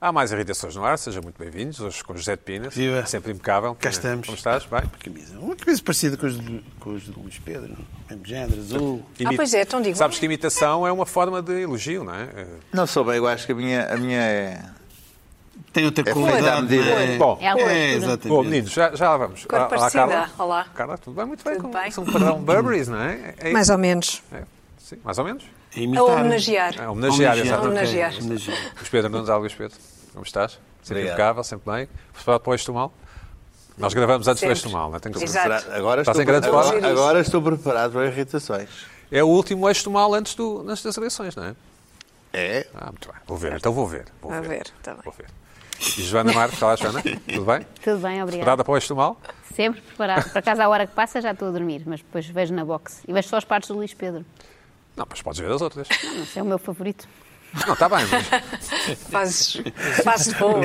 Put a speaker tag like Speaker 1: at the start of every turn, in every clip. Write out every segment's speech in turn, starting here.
Speaker 1: Há mais irritações no ar, sejam muito bem-vindos. Hoje com José de Pinas,
Speaker 2: Viva.
Speaker 1: sempre impecável.
Speaker 2: Cá estamos.
Speaker 1: Como estás? Bem?
Speaker 3: Ah,
Speaker 2: Camisa. Uma camisa parecida com os de, com os de Luís Pedro. é? Mesmo género, azul.
Speaker 1: Imita-
Speaker 3: pois é, tão de igual.
Speaker 1: Sabes que imitação é uma forma de elogio, não é? Eh,
Speaker 4: Não sou bem, eu acho que a minha, a minha é.
Speaker 2: Tem outra
Speaker 4: É feita à
Speaker 2: qualidade.
Speaker 4: medida.
Speaker 2: não é?
Speaker 1: Bom.
Speaker 3: É a altura.
Speaker 2: é, exatamente.
Speaker 1: Bom, meninos, já, já lá vamos.
Speaker 3: Cor
Speaker 1: Olá,
Speaker 3: parecida.
Speaker 1: Carla.
Speaker 3: Olá.
Speaker 1: Carla, tudo bem? Muito bem.
Speaker 3: Tudo
Speaker 1: com-
Speaker 3: bem.
Speaker 1: São um padrão Burberries, não é? É-
Speaker 5: Mais ou menos.
Speaker 1: é, Sim, mais ou menos.
Speaker 2: É
Speaker 3: A
Speaker 2: imitar.
Speaker 3: homenagear.
Speaker 1: É homenagear,
Speaker 2: ok.
Speaker 1: exatamente.
Speaker 3: Homenagear.
Speaker 2: Homenagear.
Speaker 1: Luís Pedro Nunes, ah, Luís Pedro, como estás? Sempre
Speaker 4: Obrigado.
Speaker 1: impecável, sempre bem. Preparado para o Eixo do Mal? Nós gravamos antes
Speaker 3: Sempre.
Speaker 1: do Eixo do Mal, não é? Tem que
Speaker 3: Exato.
Speaker 4: Agora,
Speaker 1: Estás
Speaker 4: estou,
Speaker 1: em grande
Speaker 4: agora,
Speaker 3: forma?
Speaker 4: agora estou preparado para irritações.
Speaker 1: É o último Eixo do Mal antes, do, antes das eleições, não é?
Speaker 4: É?
Speaker 1: Ah, muito bem. Vou ver, então vou ver. Vou
Speaker 5: A ver, está bem.
Speaker 1: Vou ver. E Joana Marques, olá Joana, tudo bem?
Speaker 6: Tudo bem, tá obrigada.
Speaker 1: Preparada para o Eixo do Mal?
Speaker 6: Sempre preparado. Por acaso, à hora que passa, já estou a dormir, mas depois vejo na box. E vejo só as partes do Luís Pedro.
Speaker 1: Não, mas podes ver as outras.
Speaker 6: Não sei, é o meu favorito.
Speaker 1: Não, está bem, mas...
Speaker 3: Fazes, fazes bom.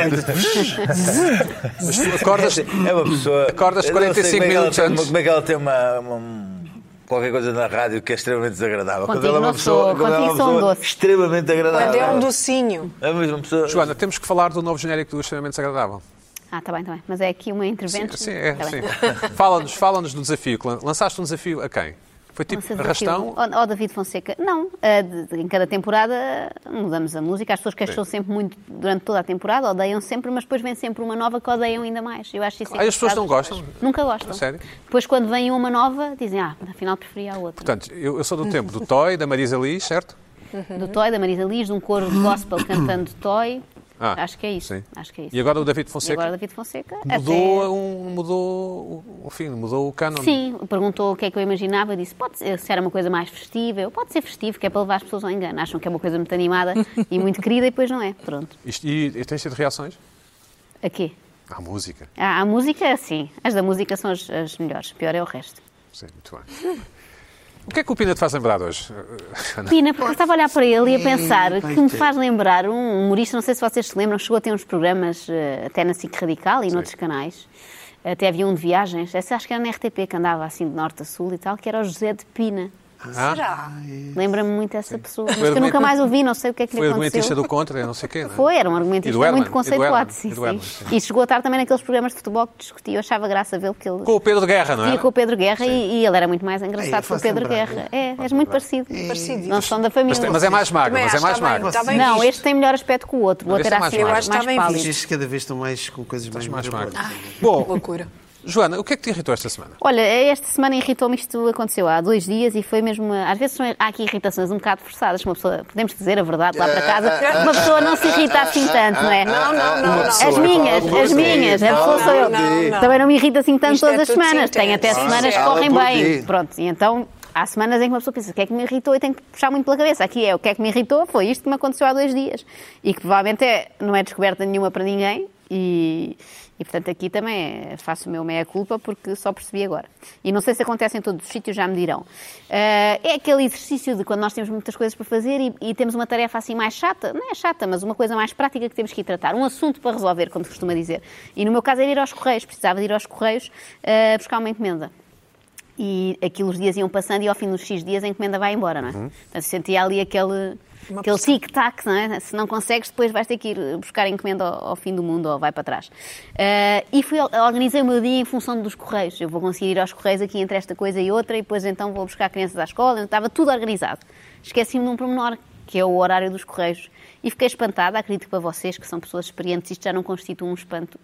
Speaker 1: Mas tu acordas.
Speaker 4: É uma pessoa.
Speaker 1: Acordas
Speaker 4: eu não sei
Speaker 1: 45
Speaker 4: como é que ela
Speaker 1: minutos
Speaker 4: tem-
Speaker 1: antes.
Speaker 4: Como é que ela tem uma. uma- Qualquer coisa na rádio que é extremamente desagradável.
Speaker 6: Contigo
Speaker 4: ela é uma
Speaker 6: não
Speaker 4: pessoa,
Speaker 6: sou,
Speaker 4: quando ela é uma
Speaker 6: contigo sou um
Speaker 4: pessoa
Speaker 6: doce.
Speaker 4: extremamente agradável.
Speaker 3: Quando é um docinho.
Speaker 4: É mesmo uma pessoa.
Speaker 1: Joana, temos que falar do novo genérico do extremamente desagradável.
Speaker 6: Ah, está bem, está bem. Mas é aqui uma intervenção.
Speaker 1: Sim, é,
Speaker 6: Tá bem.
Speaker 1: sim. Fala-nos fala do desafio. que lan- Lançaste um desafio a quem? Foi tipo
Speaker 6: Lança
Speaker 1: arrastão?
Speaker 6: Um desafio. Ó, ó, David Fonseca. Não, ah, de- de- em cada temporada ah, mudamos a música. As pessoas queixam sempre muito durante toda a temporada, odeiam sempre, mas depois vem sempre uma nova que odeiam ainda mais. Eu acho isso
Speaker 1: Ah, e as pessoas não
Speaker 6: engraçado.
Speaker 1: gostam?
Speaker 6: Nunca gostam.
Speaker 1: A sério?
Speaker 6: Depois, quando vem uma nova, dizem, ah, afinal preferia a outra.
Speaker 1: Portanto, eu, eu sou do tempo do Toy, da Marisa Liz, certo?
Speaker 6: do Toy, da Marisa Liz, de um coro de gospel cantando Toy.
Speaker 1: Ah,
Speaker 6: acho que é isso.
Speaker 1: sim.
Speaker 6: Acho que é isso.
Speaker 1: E agora o David
Speaker 6: E agora
Speaker 1: Fonseca
Speaker 6: David Fonseca
Speaker 1: mudou,
Speaker 6: até-
Speaker 1: um, mudou, o- enfim, mudou o canon.
Speaker 6: Sim, perguntou o que é que eu imaginava. Eu Disse pode ser, se era uma coisa mais festiva. Eu, pode ser festivo, que é para levar as pessoas ao engano. Acham que é uma coisa muito animada e muito querida e depois não é. Pronto.
Speaker 1: Isto- e, e tens tido reações?
Speaker 6: Aqui.
Speaker 1: À música.
Speaker 6: A, a música, sim. As da música são as, as melhores. Pior é o resto.
Speaker 1: Sim, muito bem. O que é que o Pina te faz lembrar hoje? Joana?
Speaker 6: Pina, porque eu estava a olhar para ele e a pensar que me faz lembrar um humorista, não sei se vocês se lembram, chegou a ter uns programas eh, até na SIC Radical e noutros canais. Até havia um de viagens, essa acho que era na RTP que andava assim de norte a sul e tal, que era o José de Pina.
Speaker 1: Ah,
Speaker 3: Será?
Speaker 6: Lembra-me muito dessa pessoa, mas
Speaker 1: Foi
Speaker 6: que eu nunca
Speaker 1: argumento-
Speaker 6: mais ouvi, não sei o que é que lhe
Speaker 1: Foi argumentista
Speaker 6: aconteceu.
Speaker 1: do contra, não sei o quê. não é?
Speaker 6: Foi, era um
Speaker 1: E
Speaker 6: argumentista
Speaker 1: do Herman,
Speaker 6: muito
Speaker 1: e do
Speaker 6: conceituado, sim,
Speaker 1: Herman, e do
Speaker 6: sim.
Speaker 1: Herman,
Speaker 6: E chegou a estar também naqueles programas de futebol que discutia, eu achava graça vê-lo que ele
Speaker 1: Com o Pedro Guerra, não é?
Speaker 6: ia com o Pedro Guerra e, e ele era muito mais
Speaker 2: Ei,
Speaker 6: engraçado que o
Speaker 2: faz
Speaker 6: Pedro
Speaker 2: lembrar,
Speaker 6: Guerra. É, és muito parecido.
Speaker 3: Parecido.
Speaker 6: Não são da família.
Speaker 1: né? Mas, tem- mas é mais magro,
Speaker 3: Também
Speaker 1: mas é
Speaker 3: acho,
Speaker 1: mais
Speaker 3: está bem-
Speaker 1: magro.
Speaker 3: está bem
Speaker 6: Não,
Speaker 3: visto.
Speaker 6: este tem melhor aspecto que o outro. O
Speaker 1: Mas
Speaker 6: outro
Speaker 1: este é
Speaker 6: era
Speaker 1: mais magro.
Speaker 3: Eu acho
Speaker 6: assim, mais,
Speaker 3: que está bem
Speaker 6: pálido.
Speaker 3: visto.
Speaker 2: Estes cada vez estão mais com coisas mais,
Speaker 1: mais magro.
Speaker 2: maravilhosas.
Speaker 1: Bom,
Speaker 3: Loucura.
Speaker 1: Joana, o que é que te irritou esta semana?
Speaker 6: Olha, esta semana irritou-me isto aconteceu há dois dias e foi mesmo. Às vezes são- há aqui irritações um bocado forçadas. Uma pessoa, podemos dizer a verdade lá para casa, uma pessoa não se irrita assim tanto, não é?
Speaker 3: Não, não, não. não.
Speaker 6: As minhas, as minhas, a pessoa sou eu.
Speaker 3: Não, não.
Speaker 6: Também não me irrita assim tanto
Speaker 3: Isto é
Speaker 6: todas as
Speaker 3: tudo
Speaker 6: semanas. Tem até
Speaker 3: sintético.
Speaker 6: semanas que
Speaker 3: Fala
Speaker 6: correm
Speaker 4: por
Speaker 6: bem.
Speaker 4: ti.
Speaker 6: Pronto, e então há semanas em que uma pessoa pensa o que é que me irritou e tem que puxar muito pela cabeça. Aqui é o que é que me irritou, foi isto que me aconteceu há dois dias. E que provavelmente é- não é descoberta nenhuma para ninguém. E, e, portanto aqui também é- faço o meu meia-culpa porque só percebi agora. E não sei se acontece em todos os sítios, já me dirão. Ah, é aquele exercício de quando nós temos muitas coisas para fazer e, e temos uma tarefa assim mais chata, não é chata, mas uma coisa mais prática que temos que ir tratar, um assunto para resolver, como se costuma dizer. E no meu caso era ir aos Correios, precisava de ir aos Correios ah, buscar uma encomenda. E aquilo os dias iam passando e ao fim dos X dias a encomenda vai embora, não é? Portanto, sentia ali aquele, aquele tic-tac, não é? Se não consegues, depois vais ter que ir buscar a encomenda ao, ao fim do mundo ou vai para trás. Ah, e fui, organizei o meu dia em função dos correios. Eu vou conseguir ir aos correios aqui entre esta coisa e outra e depois então vou buscar crianças à escola. Estava tudo organizado. Esqueci-me de um pormenor, que é o horário dos correios. E fiquei espantada, acredito que para vocês, que são pessoas experientes, isto já não constitui um espanto.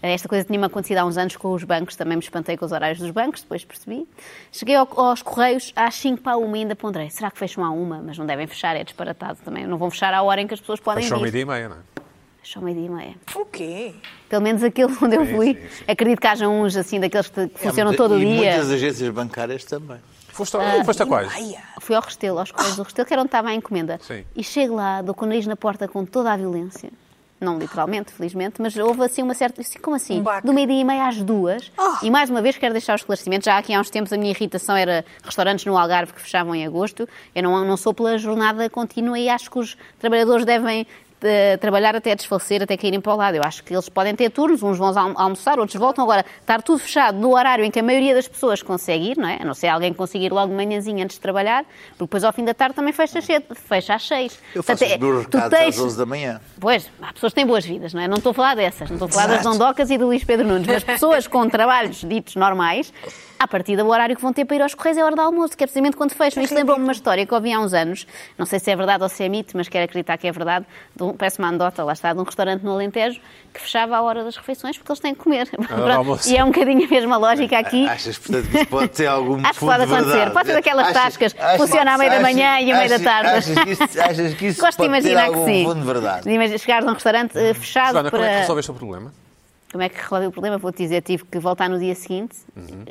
Speaker 6: Eh, Esta coisa tinha-me acontecido há uns anos com os bancos, também me espantei com os horários dos bancos, depois percebi. Cheguei ao- aos Correios às 5 para a 1 e ainda ponderei, será que fecham à 1? Mas não devem fechar, é disparatado também. Não vão fechar à hora em que as pessoas podem
Speaker 1: Fechou
Speaker 6: vir.
Speaker 1: meio-dia e meia, não é?
Speaker 6: Fechou meio-dia e meia.
Speaker 3: O quê?
Speaker 6: Pelo menos aquele onde eu
Speaker 1: Sim,
Speaker 6: fui.
Speaker 1: sim, sim.
Speaker 6: Acredito que haja uns assim, daqueles que funcionam
Speaker 4: É, E
Speaker 6: todo o dia.
Speaker 4: muitas agências bancárias também.
Speaker 1: Foste,
Speaker 6: Ah,
Speaker 1: a- foste a quais?
Speaker 3: Maia.
Speaker 6: Fui ao Restelo, aos Correios do Restelo, que era onde estava a encomenda.
Speaker 1: Sim.
Speaker 6: E chego lá, dou com o nariz na porta com toda a violência. Não literalmente, felizmente, mas houve assim uma certa. assim, Como assim?
Speaker 3: Um baque.
Speaker 6: Do meio-dia e meia às duas. E mais uma vez quero deixar o esclarecimento. Já aqui há uns tempos a minha irritação era restaurantes no Algarve que fechavam em agosto. Eu não, não sou pela jornada contínua e acho que os trabalhadores devem eh, trabalhar até desfalecer, até caírem para o lado. Eu acho que eles podem ter turnos, uns vão almo- almoçar, outros voltam. Agora, estar tudo fechado no horário em que a maioria das pessoas consegue ir, não é? A não ser alguém que consiga ir logo de manhãzinha antes de trabalhar, porque depois ao fim da tarde também fecha cedo, fecha às seis.
Speaker 4: Eu faço
Speaker 6: Portanto,
Speaker 4: os
Speaker 6: é-
Speaker 4: meus
Speaker 6: tu
Speaker 4: recados
Speaker 6: tens-
Speaker 4: às 11 da manhã.
Speaker 6: Pois, há pessoas que têm boas vidas, não é? Não estou a falar dessas, não estou a falar das Dondocas e do Luís Pedro Nunes, mas pessoas com trabalhos ditos normais, a partir do horário que vão ter para ir aos Correios é a hora do almoço, que é precisamente quando fecham. Isto lembrou-me uma história que eu ouvi há uns anos, não sei se é verdade ou se é mito, mas quero acreditar que é verdade, de um- parece uma anedota, lá está, de um restaurante no Alentejo, que fechava à hora das refeições porque eles têm que comer.
Speaker 1: do
Speaker 6: Pronto,
Speaker 1: almoço.
Speaker 6: e é um bocadinho a mesma lógica aqui.
Speaker 4: Achas, portanto, que isso pode ter algum
Speaker 6: Acho que
Speaker 4: fundo
Speaker 6: pode
Speaker 4: de
Speaker 6: acontecer.
Speaker 4: verdade?
Speaker 6: Pode ser daquelas tascas que funcionam à meia da manhã e à meia da
Speaker 4: achas-
Speaker 6: tarde.
Speaker 4: Achas que isso, achas que isso
Speaker 6: Gosto de
Speaker 4: pode ter
Speaker 6: imaginar que
Speaker 4: algum
Speaker 6: sim.
Speaker 4: fundo de verdade?
Speaker 6: De imagi- Chegares a um restaurante eh, fechado
Speaker 1: Joana,
Speaker 6: para...
Speaker 1: como é que resolveste o problema?
Speaker 6: Como é que resolvi o problema? Vou-te dizer, tive que voltar no dia seguinte,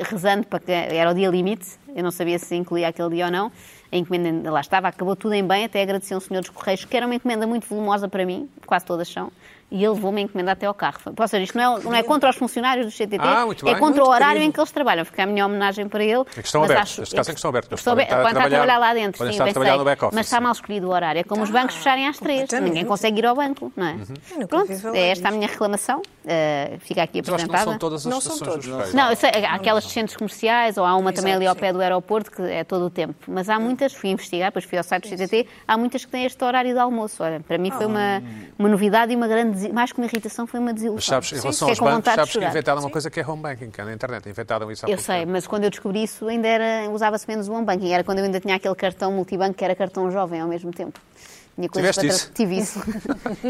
Speaker 6: rezando para que era o dia limite, eu não sabia se incluía aquele dia ou não. A encomenda ainda lá estava, acabou tudo em bem, até agradeci ao senhor dos Correios, que era uma encomenda muito volumosa para mim, quase todas são, e ele levou-me a encomenda até ao carro. Foi- Ou seja, isto não é, não é contra os funcionários do CTT,
Speaker 1: Ah, muito
Speaker 6: é
Speaker 1: bem,
Speaker 6: contra o
Speaker 1: muito
Speaker 6: horário
Speaker 1: querido.
Speaker 6: em que eles trabalham. Fica a minha homenagem para ele.
Speaker 1: É que estão
Speaker 6: mas
Speaker 1: abertos,
Speaker 6: acho-
Speaker 1: neste caso é que estão abertos, eles
Speaker 6: Estão
Speaker 1: podem estar
Speaker 6: abertos,
Speaker 1: a
Speaker 6: podem estar a
Speaker 1: trabalhar-
Speaker 6: trabalhar lá dentro,
Speaker 1: podem
Speaker 6: sim,
Speaker 1: estar a
Speaker 6: eu
Speaker 1: trabalhar
Speaker 6: pensei,
Speaker 1: no back-office,
Speaker 6: Mas está
Speaker 1: sim.
Speaker 6: mal escolhido o horário, é como os bancos fecharem às três,
Speaker 3: completamente.
Speaker 6: ninguém consegue ir ao banco, não é?
Speaker 3: Ah, então, uhum. Eu nunca
Speaker 6: Pronto,
Speaker 3: ouvi falar
Speaker 6: é esta a
Speaker 3: disso.
Speaker 6: minha reclamação, eh, fica aqui
Speaker 1: Mas eu acho que não
Speaker 6: apresentada.
Speaker 1: são todas as
Speaker 3: Não são
Speaker 1: estações dos
Speaker 3: todas.
Speaker 1: Correios.
Speaker 6: Não, eu sei, há aquelas de centros comerciais, ou há uma também
Speaker 3: Exato,
Speaker 6: ali ao
Speaker 3: sim.
Speaker 6: pé do aeroporto, que é todo o tempo. Mas
Speaker 1: Hum.
Speaker 6: há muitas, fui investigar, depois fui ao site do CTT, há muitas que têm este horário de almoço. Olha, para mim foi
Speaker 1: Ah.
Speaker 6: uma, uma novidade e uma grande, desi- mais que uma irritação, foi uma desilusão.
Speaker 1: Mas sabes, em relação
Speaker 6: Fiquei
Speaker 1: aos
Speaker 6: com
Speaker 1: bancos,
Speaker 6: vontade de
Speaker 1: sabes que
Speaker 6: chorar.
Speaker 1: inventaram uma coisa que é home banking, que é na internet. Inventaram isso há
Speaker 6: Eu
Speaker 1: pouco
Speaker 6: sei,
Speaker 1: tempo.
Speaker 6: mas quando eu descobri isso ainda era, usava-se menos o home banking. Era quando eu ainda tinha aquele cartão multibanco que era cartão jovem ao mesmo tempo. Tinha coisas
Speaker 1: Tiveste
Speaker 6: para tra- Tive isso.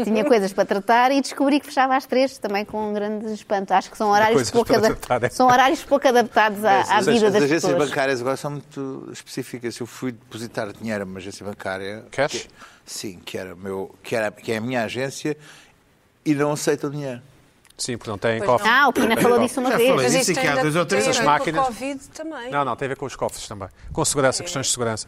Speaker 6: tinha coisas para tratar e descobri que fechava às três também com um grande espanto. Acho que são
Speaker 1: coisas
Speaker 6: horários, pouco,
Speaker 1: para
Speaker 6: ada-
Speaker 1: tratar, é.
Speaker 6: são horários pouco adaptados à, à
Speaker 4: As- as-
Speaker 6: vida
Speaker 4: as
Speaker 6: das
Speaker 4: agências
Speaker 6: pessoas.
Speaker 4: bancárias agora são muito específicas. Eu fui depositar dinheiro a uma agência bancária.
Speaker 1: Cash?
Speaker 4: que- sim, que, era o meu, que, era, que é a minha agência e não aceitam dinheiro.
Speaker 1: Sim, porque não têm
Speaker 3: Pois
Speaker 1: cofre.
Speaker 6: Ah, o Pina falou disso uma
Speaker 2: Já
Speaker 6: vez.
Speaker 2: falei. Mas isso
Speaker 3: isto
Speaker 2: aqui há
Speaker 3: ainda
Speaker 2: dois ou três
Speaker 3: tem a
Speaker 1: essas
Speaker 3: ver com
Speaker 1: máquinas-
Speaker 3: a Covid também.
Speaker 1: Não, não, tem a ver com os cofres também. Com
Speaker 3: É.
Speaker 1: segurança, questões de segurança.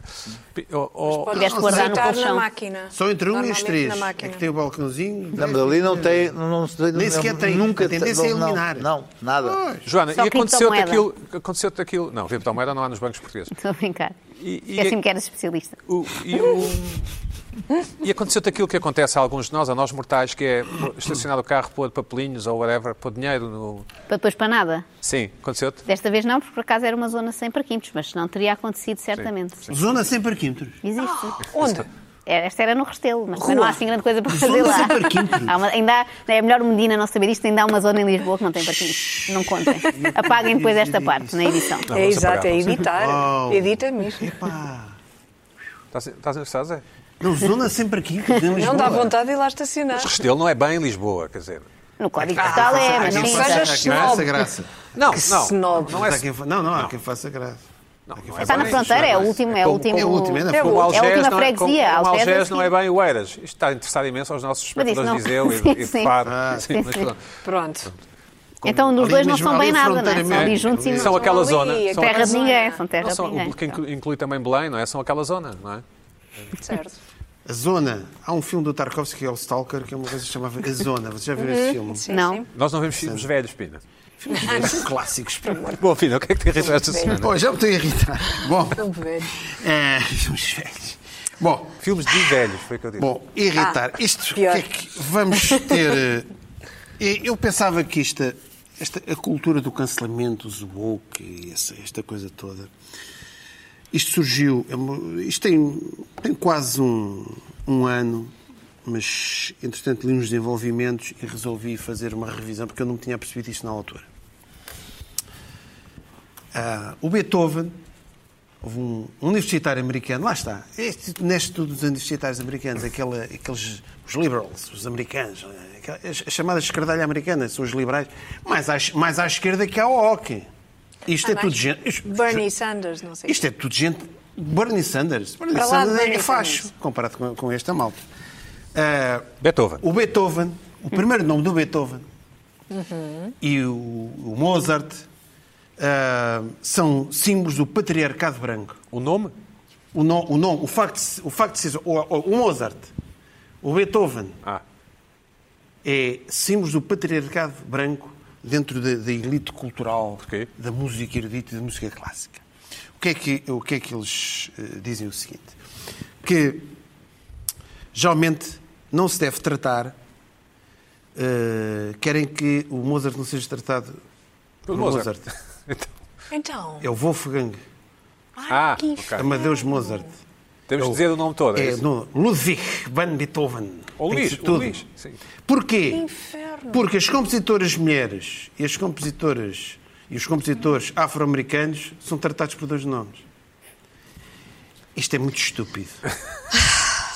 Speaker 1: Pi- o- o-
Speaker 3: Podes
Speaker 6: Tiveste que guardar no
Speaker 3: deitar
Speaker 6: colchão.
Speaker 3: na máquina.
Speaker 2: Só entre um e os
Speaker 3: Normalmente
Speaker 2: três.
Speaker 3: na
Speaker 2: É
Speaker 3: máquina.
Speaker 2: que tem o balcãozinho.
Speaker 4: Não, mas ali não tem. Não, não, não,
Speaker 2: Nem sequer tem.
Speaker 4: Nunca
Speaker 2: A tendência é
Speaker 4: não- não,
Speaker 2: eliminar.
Speaker 4: Não, nada.
Speaker 1: Joana,
Speaker 6: Só
Speaker 1: e aconteceu-te aquilo,
Speaker 6: criptomoeda.
Speaker 1: aconteceu aquilo. Não, criptomoeda não há nos bancos portugueses.
Speaker 6: Estou a brincar.
Speaker 1: E- é e-
Speaker 6: Esqueci-me que eras especialista.
Speaker 1: O- e, o- e aconteceu-te aquilo que acontece a alguns de nós, a nós mortais, que é pô- estacionar o carro, pôr papelinhos ou whatever, pôr dinheiro no.
Speaker 6: Para depois para nada.
Speaker 1: Sim, aconteceu-te?
Speaker 6: Desta vez não, porque por acaso era uma zona sem parquinhos, mas não teria acontecido certamente.
Speaker 2: Zona sem parquímetros.
Speaker 6: Existe.
Speaker 3: Onde?
Speaker 6: É, Esta era no Restelo, mas também não há assim grande coisa para
Speaker 2: Os
Speaker 6: fazer
Speaker 2: homens
Speaker 6: lá.
Speaker 2: em parquímetros.
Speaker 6: Há uma- ainda há- é melhor o Medina não saber isto, ainda há uma zona em Lisboa que não tem parquinhos. Não contem. Apaguem depois esta parte na edição.
Speaker 1: Não,
Speaker 3: É
Speaker 1: vamos
Speaker 3: exato,
Speaker 1: apagar,
Speaker 3: é
Speaker 1: vamos-
Speaker 3: editar.
Speaker 2: Uau.
Speaker 3: Edita-me isto.
Speaker 2: Epá.
Speaker 1: Estás, estás interessado, Zé?
Speaker 2: Não, zona sem parquímetros. em
Speaker 3: Não dá
Speaker 2: Lisboa.
Speaker 3: vontade de ir lá estacionar.
Speaker 1: Restelo não é bem Lisboa, quer dizer.
Speaker 6: No Código
Speaker 2: Ah,
Speaker 6: Postal é, mas
Speaker 3: não
Speaker 6: sim.
Speaker 3: seja
Speaker 6: exato.
Speaker 3: sejas
Speaker 2: Graça,
Speaker 3: snob.
Speaker 2: graça.
Speaker 1: Não,
Speaker 3: Que
Speaker 1: não.
Speaker 3: snob.
Speaker 1: Não é
Speaker 2: Há quem fa- Não, não, há quem faça graça. Há quem faça
Speaker 6: Está na
Speaker 2: graça.
Speaker 6: fronteira, é o último, é o último.
Speaker 2: É o último, é na
Speaker 6: é
Speaker 2: fronteira.
Speaker 1: Como
Speaker 6: a
Speaker 1: Algés
Speaker 6: última
Speaker 1: não é- como-
Speaker 6: freguesia.
Speaker 1: como
Speaker 6: Algés é
Speaker 1: Algés não é
Speaker 6: assim.
Speaker 1: bem Oeiras. Isto está a interessar imenso aos nossos
Speaker 6: Mas isso
Speaker 1: espectadores de
Speaker 6: não-
Speaker 1: Viseu e,
Speaker 6: Sim,
Speaker 1: e de
Speaker 6: sim.
Speaker 1: Faro.
Speaker 2: Ah,
Speaker 1: Sim, mas pronto.
Speaker 3: Pronto.
Speaker 6: Então nos
Speaker 2: Ali
Speaker 6: dois não
Speaker 2: mesmo,
Speaker 6: são
Speaker 2: ali
Speaker 6: bem
Speaker 2: a
Speaker 6: nada, não é?
Speaker 2: fronteira
Speaker 6: São ali
Speaker 2: mesmo.
Speaker 6: juntinhos.
Speaker 1: São aquela zona.
Speaker 3: ali,
Speaker 1: São
Speaker 3: aquela
Speaker 6: é. Terra de
Speaker 3: zona.
Speaker 6: ninguém, são terra
Speaker 1: Não,
Speaker 6: de
Speaker 1: são, o
Speaker 6: ninguém.
Speaker 1: que inclui, inclui também Belém, não é? São aquela zona, não é?
Speaker 3: Certo.
Speaker 2: A Zona. Há um filme do Tarkovsky que é o Stalker, que é uma coisa que se chamava A Zona. Vocês já viram
Speaker 3: Uhum.
Speaker 2: esse filme?
Speaker 3: Sim,
Speaker 6: Não.
Speaker 3: sim.
Speaker 1: Nós não vemos filmes velhos, Pina.
Speaker 2: Filmes clássicos. um pá.
Speaker 1: Bom, Pina, o que é que te irritou esta semana?
Speaker 2: Oh, já me estou a irritar. Bom,
Speaker 3: Tão velho.
Speaker 2: é, filmes velhos. Bom,
Speaker 1: Filmes de velhos, foi o que eu disse.
Speaker 2: Bom, irritar.
Speaker 3: Ah,
Speaker 2: isto, o que
Speaker 3: pior.
Speaker 2: é que vamos ter... eh, Eu pensava que esta, esta, a cultura do cancelamento, os woke, e essa, esta coisa toda, isto surgiu, é uma- isto tem, tem quase um, um ano, mas entretanto li uns desenvolvimentos e resolvi fazer uma revisão, porque eu não me tinha percebido isto na altura. Ah, o Beethoven, houve um, um universitário americano, lá está, este, neste tudo dos universitários americanos, aquela, aqueles os liberals, os americanos, aquela- a chamada esquerdalha americana, são os liberais, mais à, mais à esquerda que há o hockey.
Speaker 3: Ah,
Speaker 2: Isto é tudo gente.
Speaker 3: Bernie Sanders, não sei.
Speaker 2: Isto é tudo gente. Bernie Sanders. Bernie
Speaker 3: Para lá de
Speaker 2: Sanders é
Speaker 3: Bernie
Speaker 2: facho,
Speaker 3: Sanders.
Speaker 2: comparado com, com esta malta. Ah,
Speaker 1: Beethoven.
Speaker 2: o Beethoven, o primeiro nome do Beethoven e o, o Mozart ah, são símbolos do patriarcado branco.
Speaker 1: O nome?
Speaker 2: O, no, o, nome, o, facto, de se- o facto de ser o, o- o Mozart, o Beethoven,
Speaker 1: Ah,
Speaker 2: é símbolos do patriarcado branco dentro da, da elite cultural
Speaker 1: Ok.
Speaker 2: da música erudita e da música clássica. O que é que, o que, é que eles eh, dizem o seguinte? Que geralmente não se deve tratar. eh, querem que o Mozart não seja tratado por
Speaker 1: Mozart.
Speaker 2: Mozart.
Speaker 3: Então.
Speaker 2: É o Wolfgang
Speaker 1: Ah,
Speaker 3: Ai, que
Speaker 1: ok.
Speaker 2: Amadeus Mozart.
Speaker 1: Temos
Speaker 2: É o-
Speaker 1: de dizer o nome todo. É,
Speaker 2: É
Speaker 1: isso?
Speaker 2: no Ludwig van Beethoven.
Speaker 1: Ou
Speaker 2: Tem que
Speaker 1: Luís,
Speaker 2: ser
Speaker 1: ou
Speaker 2: tudo.
Speaker 1: Luís. Sim.
Speaker 2: Porquê?
Speaker 3: Inferno.
Speaker 2: Porque as compositoras mulheres e as compositoras e os compositores afro-americanos são tratados por dois nomes. Isto é muito estúpido.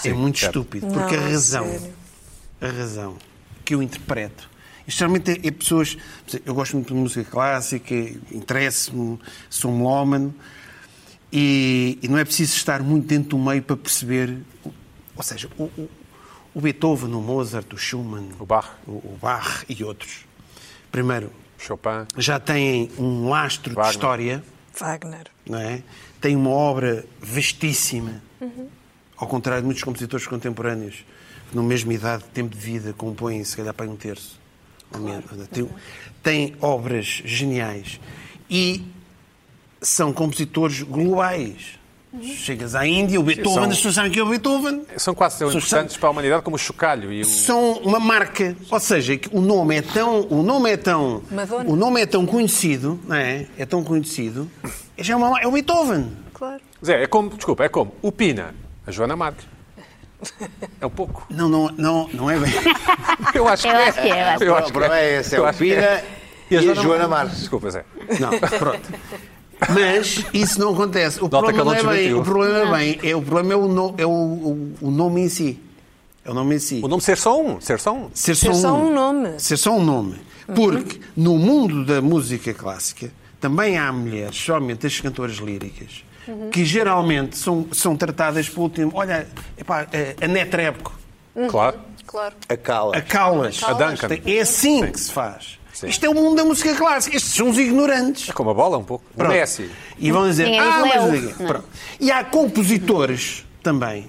Speaker 2: é muito estúpido.
Speaker 3: Não,
Speaker 2: Porque a
Speaker 3: a
Speaker 2: razão,
Speaker 3: sério.
Speaker 2: a razão que eu interpreto. Isto geralmente é, é pessoas. por exemplo, Eu gosto muito de música clássica, interesso-me, sou um melómano. E, e não é preciso estar muito dentro do meio para perceber. Ou seja, o, o- o Beethoven, o Mozart, o Schumann,
Speaker 1: O Bach.
Speaker 2: o, o Bach e outros. Primeiro,
Speaker 1: Chopin.
Speaker 2: já têm um lastro
Speaker 1: Wagner.
Speaker 2: de história,
Speaker 3: Wagner.
Speaker 2: não é? Têm uma obra vastíssima. Ao contrário de muitos compositores contemporâneos que, na mesma idade, tempo de vida, compõem se calhar para um terço. ou menos. Tem- Têm obras geniais. E são compositores globais. Chegas à Índia, o Beethoven,
Speaker 1: são-
Speaker 2: as pessoas sabem que é o Beethoven.
Speaker 1: São quase tão
Speaker 2: São-
Speaker 1: importantes para a humanidade como o chocalho e o...
Speaker 2: são uma marca, ou seja, que o nome é tão, o nome é tão,
Speaker 3: Madonna.
Speaker 2: o nome é tão conhecido, não é? É tão conhecido. É já uma, é o Beethoven.
Speaker 3: Claro.
Speaker 1: Zé, é como, desculpa, é como o Pina, a Joana Marques. É o pouco.
Speaker 2: Não, não, não, não é bem.
Speaker 1: Eu acho que
Speaker 6: Eu acho que é, eu acho
Speaker 1: é.
Speaker 6: que
Speaker 4: O problema é esse, é
Speaker 1: Eu
Speaker 4: o
Speaker 1: acho que
Speaker 4: Pina e a Joana Marques.
Speaker 1: Desculpa, Zé.
Speaker 2: Não, pronto. Mas isso não acontece. O
Speaker 1: Nota que
Speaker 2: problema
Speaker 1: ela
Speaker 2: não é
Speaker 1: não
Speaker 2: bem.
Speaker 1: desmentiu.
Speaker 2: O problema é bem. É o problema é o, no- é o, o- o nome em si. É o nome em si.
Speaker 1: O nome ser só um, ser só um.
Speaker 2: Ser só,
Speaker 3: Ser
Speaker 2: um,
Speaker 3: só
Speaker 2: nome.
Speaker 3: um nome. Uhum.
Speaker 2: Ser só um nome. Porque no mundo da música clássica também há mulheres, somente as cantoras líricas,
Speaker 3: Uhum.
Speaker 2: que geralmente são, são tratadas por último. Olha, epá, eh, a Neta Rebco,
Speaker 1: Claro.
Speaker 3: Claro.
Speaker 4: Hum. A Cala.
Speaker 2: a Callas.
Speaker 1: A Duncan.
Speaker 2: É assim que se faz.
Speaker 1: Sim.
Speaker 2: Isto é o mundo da música clássica. Estes são os ignorantes.
Speaker 1: É como a bola um pouco. O
Speaker 2: Pronto.
Speaker 1: Messi.
Speaker 2: E vão dizer,
Speaker 3: é
Speaker 6: Ninguém
Speaker 2: ah,
Speaker 6: diz
Speaker 2: mas
Speaker 6: Leo.
Speaker 2: diga.
Speaker 6: Não.
Speaker 2: Pronto. E há compositores também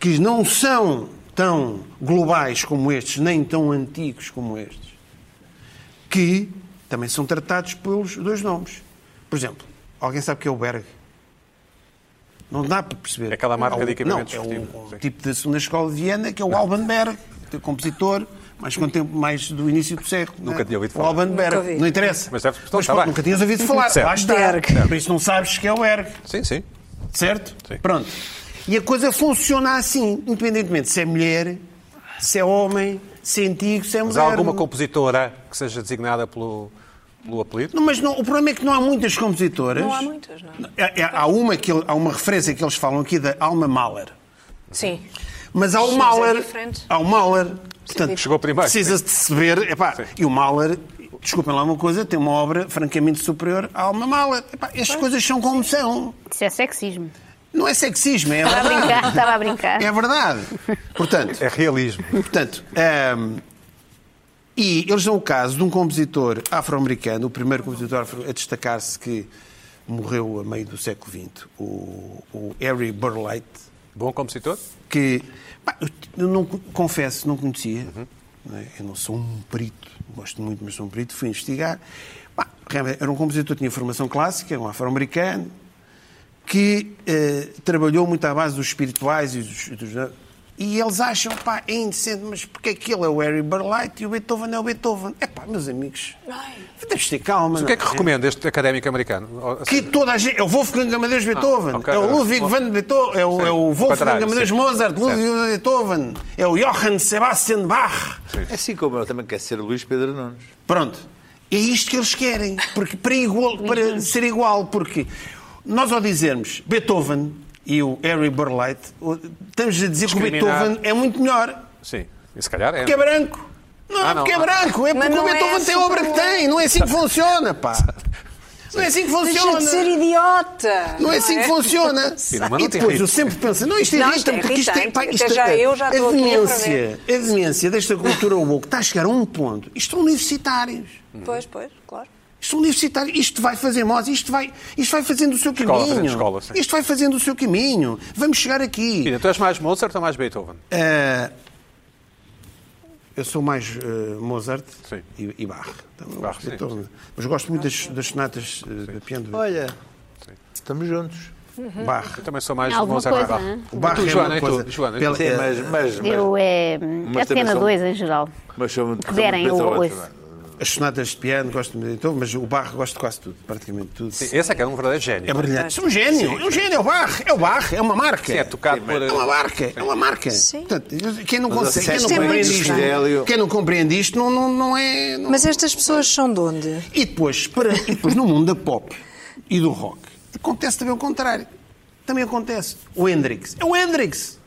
Speaker 2: que não são tão globais como estes, nem tão antigos como estes, que também são tratados pelos dois nomes. Por exemplo, alguém sabe o que é o Berg? Não dá para perceber.
Speaker 1: É aquela marca
Speaker 2: É o-
Speaker 1: de equipamentos
Speaker 2: Não, é o,
Speaker 1: esportivos, sim.
Speaker 2: tipo da segunda escola de Viena, que é o Alban Berg, que é compositor, mais, contem- mais do início do século.
Speaker 1: Nunca
Speaker 2: né?
Speaker 1: tinha ouvido
Speaker 2: O
Speaker 1: falar.
Speaker 2: Alban
Speaker 3: Nunca
Speaker 2: Berg.
Speaker 3: ouvi.
Speaker 2: Não interessa.
Speaker 1: Mas deve- então, está
Speaker 2: pronto,
Speaker 1: bem.
Speaker 2: nunca tinhas ouvido falar.
Speaker 1: Certo.
Speaker 2: Lá está.
Speaker 3: Berg.
Speaker 2: Por isso não sabes que é o Berg.
Speaker 1: Sim, sim.
Speaker 2: Certo?
Speaker 1: Sim.
Speaker 2: Pronto. E a coisa funciona assim, independentemente se é mulher, se é homem, se é antigo, se é
Speaker 1: Mas
Speaker 2: moderno.
Speaker 1: há alguma compositora que seja designada pelo, pelo apelido?
Speaker 2: Não, mas não- o problema é que não há muitas compositoras.
Speaker 3: Não há muitas, não é?
Speaker 2: É- é- há, uma que, ele- há uma referência que eles falam aqui da Alma Mahler.
Speaker 3: Sim.
Speaker 2: Mas há o
Speaker 3: Sim,
Speaker 2: Mahler.
Speaker 3: é diferente.
Speaker 2: há o Mahler. Portanto,
Speaker 1: Chegou primeiro.
Speaker 2: Precisa-se de se ver. Epá, e o Mahler, desculpem lá uma coisa, tem uma obra francamente superior à Alma Mahler. Epá, estas coisas são como são.
Speaker 6: Isso é sexismo.
Speaker 2: Não é sexismo, é
Speaker 3: Tá
Speaker 6: Estava a
Speaker 2: verdade.
Speaker 6: brincar, estava a brincar.
Speaker 2: É verdade. Portanto,
Speaker 1: É realismo.
Speaker 2: portanto hum, e eles dão o caso de um compositor afro-americano, o primeiro compositor afro a destacar-se que morreu a meio do século XX, o, o Harry Burlight
Speaker 1: Bom compositor?
Speaker 2: que pá, eu t- eu não co- confesso, não conhecia. não é? Eu não sou um perito, gosto muito, mas sou um perito. Fui investigar. Pá, realmente, era um compositor que tinha formação clássica, um afro-americano, que eh, trabalhou muito à base dos espirituais e dos. dos- e eles acham, pá, é indecente, mas porque aquilo é o Harry Burlight e o Beethoven é o Beethoven? É pá, meus amigos,
Speaker 3: Ai.
Speaker 2: deves ter calma.
Speaker 1: Mas o
Speaker 2: não
Speaker 1: que é que
Speaker 2: é?
Speaker 1: recomenda este académico americano? Oh, assim, Ou-
Speaker 2: que toda a gente. É o Wolfgang Amadeus Beethoven,
Speaker 1: Ah, ok.
Speaker 2: é o Ludwig van Beethoven, é o,
Speaker 1: Sim.
Speaker 2: é o Wolfgang
Speaker 1: Contrário,
Speaker 2: Amadeus
Speaker 1: sim.
Speaker 2: Mozart,
Speaker 1: Certo.
Speaker 2: Ludwig van Beethoven, é o Johann Sebastian Bach.
Speaker 4: Assim como eu também quero ser Luís Pedro Nunes.
Speaker 2: Pronto. É isto que eles querem, porque para, igual-
Speaker 3: Uhum.
Speaker 2: para ser igual, porque nós ao dizermos Beethoven e o Harry Burlight, o- estamos a dizer que o
Speaker 1: Discriminar.
Speaker 2: Beethoven é muito melhor,
Speaker 1: Sim. E se calhar é.
Speaker 2: porque é branco. Não,
Speaker 1: Ah,
Speaker 2: é
Speaker 1: não.
Speaker 2: porque é branco, é
Speaker 3: Mas
Speaker 2: porque o
Speaker 3: não é
Speaker 2: Beethoven tem a obra que
Speaker 3: super-
Speaker 2: tem, não é assim que funciona, pá. Não é assim que funciona.
Speaker 3: Deixa de ser idiota.
Speaker 2: Não é assim que funciona.
Speaker 1: Sim, mas não
Speaker 2: e
Speaker 1: te
Speaker 2: depois
Speaker 1: irrita.
Speaker 2: eu sempre penso, não, isto
Speaker 3: Não, isto
Speaker 2: irrita-me,
Speaker 3: é
Speaker 2: porque isto é.
Speaker 3: irritante.
Speaker 2: Pá,
Speaker 3: Até
Speaker 2: isto é-
Speaker 3: já eu já estou
Speaker 2: a
Speaker 3: aqui a
Speaker 2: demência, a demência desta cultura woke está a chegar a um ponto. Isto são universitários.
Speaker 3: Pois, pois, claro.
Speaker 2: Isto são universitários. Isto vai fazer mose, isto vai, isto vai fazendo o seu
Speaker 1: Escola
Speaker 2: caminho.
Speaker 1: fazendo escola, sim.
Speaker 2: Isto vai fazendo o seu caminho. Vamos chegar aqui.
Speaker 1: Pina, tu és mais Mozart ou mais Beethoven?
Speaker 2: Ah, eu sou mais eh, Mozart
Speaker 1: Sim.
Speaker 2: e, e Bach. Então, eu
Speaker 1: Bach,
Speaker 2: gosto
Speaker 1: sim,
Speaker 2: de todo. Mas gosto muito das, das sonatas eh, de piano.
Speaker 4: Olha, estamos juntos.
Speaker 2: Barra.
Speaker 1: Eu também sou mais
Speaker 6: Alguma
Speaker 1: Monserrat.
Speaker 6: coisa, né?
Speaker 2: O barro
Speaker 1: Tu,
Speaker 2: é
Speaker 1: Joana,
Speaker 2: uma
Speaker 1: e
Speaker 2: coisa.
Speaker 1: tu, Joana, e
Speaker 2: Pela-
Speaker 1: tu?
Speaker 4: Sim, mas, mas, mas,
Speaker 6: Eu é.
Speaker 4: Mas
Speaker 6: É
Speaker 4: também
Speaker 6: pena
Speaker 4: são-
Speaker 6: 2 em geral.
Speaker 4: mas sou muito então,
Speaker 6: que derem,
Speaker 4: sou muito
Speaker 6: eu
Speaker 4: pensador
Speaker 2: As sonatas de piano, gosto muito de tudo, mas o barro gosto de quase tudo, praticamente tudo.
Speaker 1: Esse é que é um verdadeiro
Speaker 2: É
Speaker 1: gênio.
Speaker 2: brilhante. É um gênio, é um gênio, é o barro, é o barro, é uma marca.
Speaker 1: Sim, é tocado por...
Speaker 2: É uma marca, é uma marca.
Speaker 3: Sim.
Speaker 2: Portanto, quem não,
Speaker 4: Mas
Speaker 2: consegue, quem não
Speaker 4: acesso
Speaker 3: é
Speaker 2: compreende
Speaker 3: muito
Speaker 4: estranho.
Speaker 2: isto, quem não compreende isto não, não, não é. não-
Speaker 3: Mas estas pessoas são de onde?
Speaker 2: E depois, para, e depois, no mundo da pop e do rock, acontece também o contrário. Também acontece. O Hendrix. É o Hendrix.